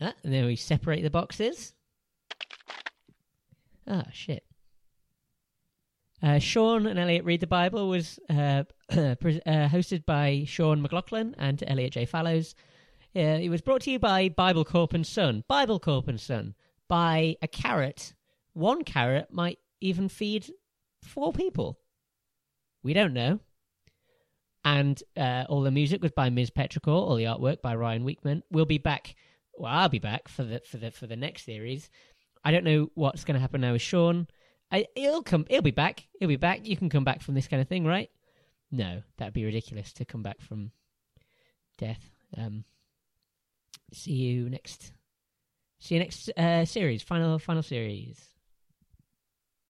Speaker 1: go. Ah, and then we separate the boxes. Ah, shit. Uh, Sean and Elliot Read the Bible was uh, pres uh, hosted by Sean McLaughlin and Elliot J. Fallows. Uh, it was brought to you by Bible Corp and Son. Bible Corp and Son. By a carrot. One carrot might even feed four people. We don't know. And uh, all the music was by Ms. Petrichor, all the artwork by Ryan Weekman. We'll be back. Well, I'll be back for the for the for the next series. I don't know what's going to happen now with Sean. I, he'll come. He'll be back. He'll be back. You can come back from this kind of thing, right? No, that'd be ridiculous to come back from death. Um, See you next. See you next uh, series. Final final series.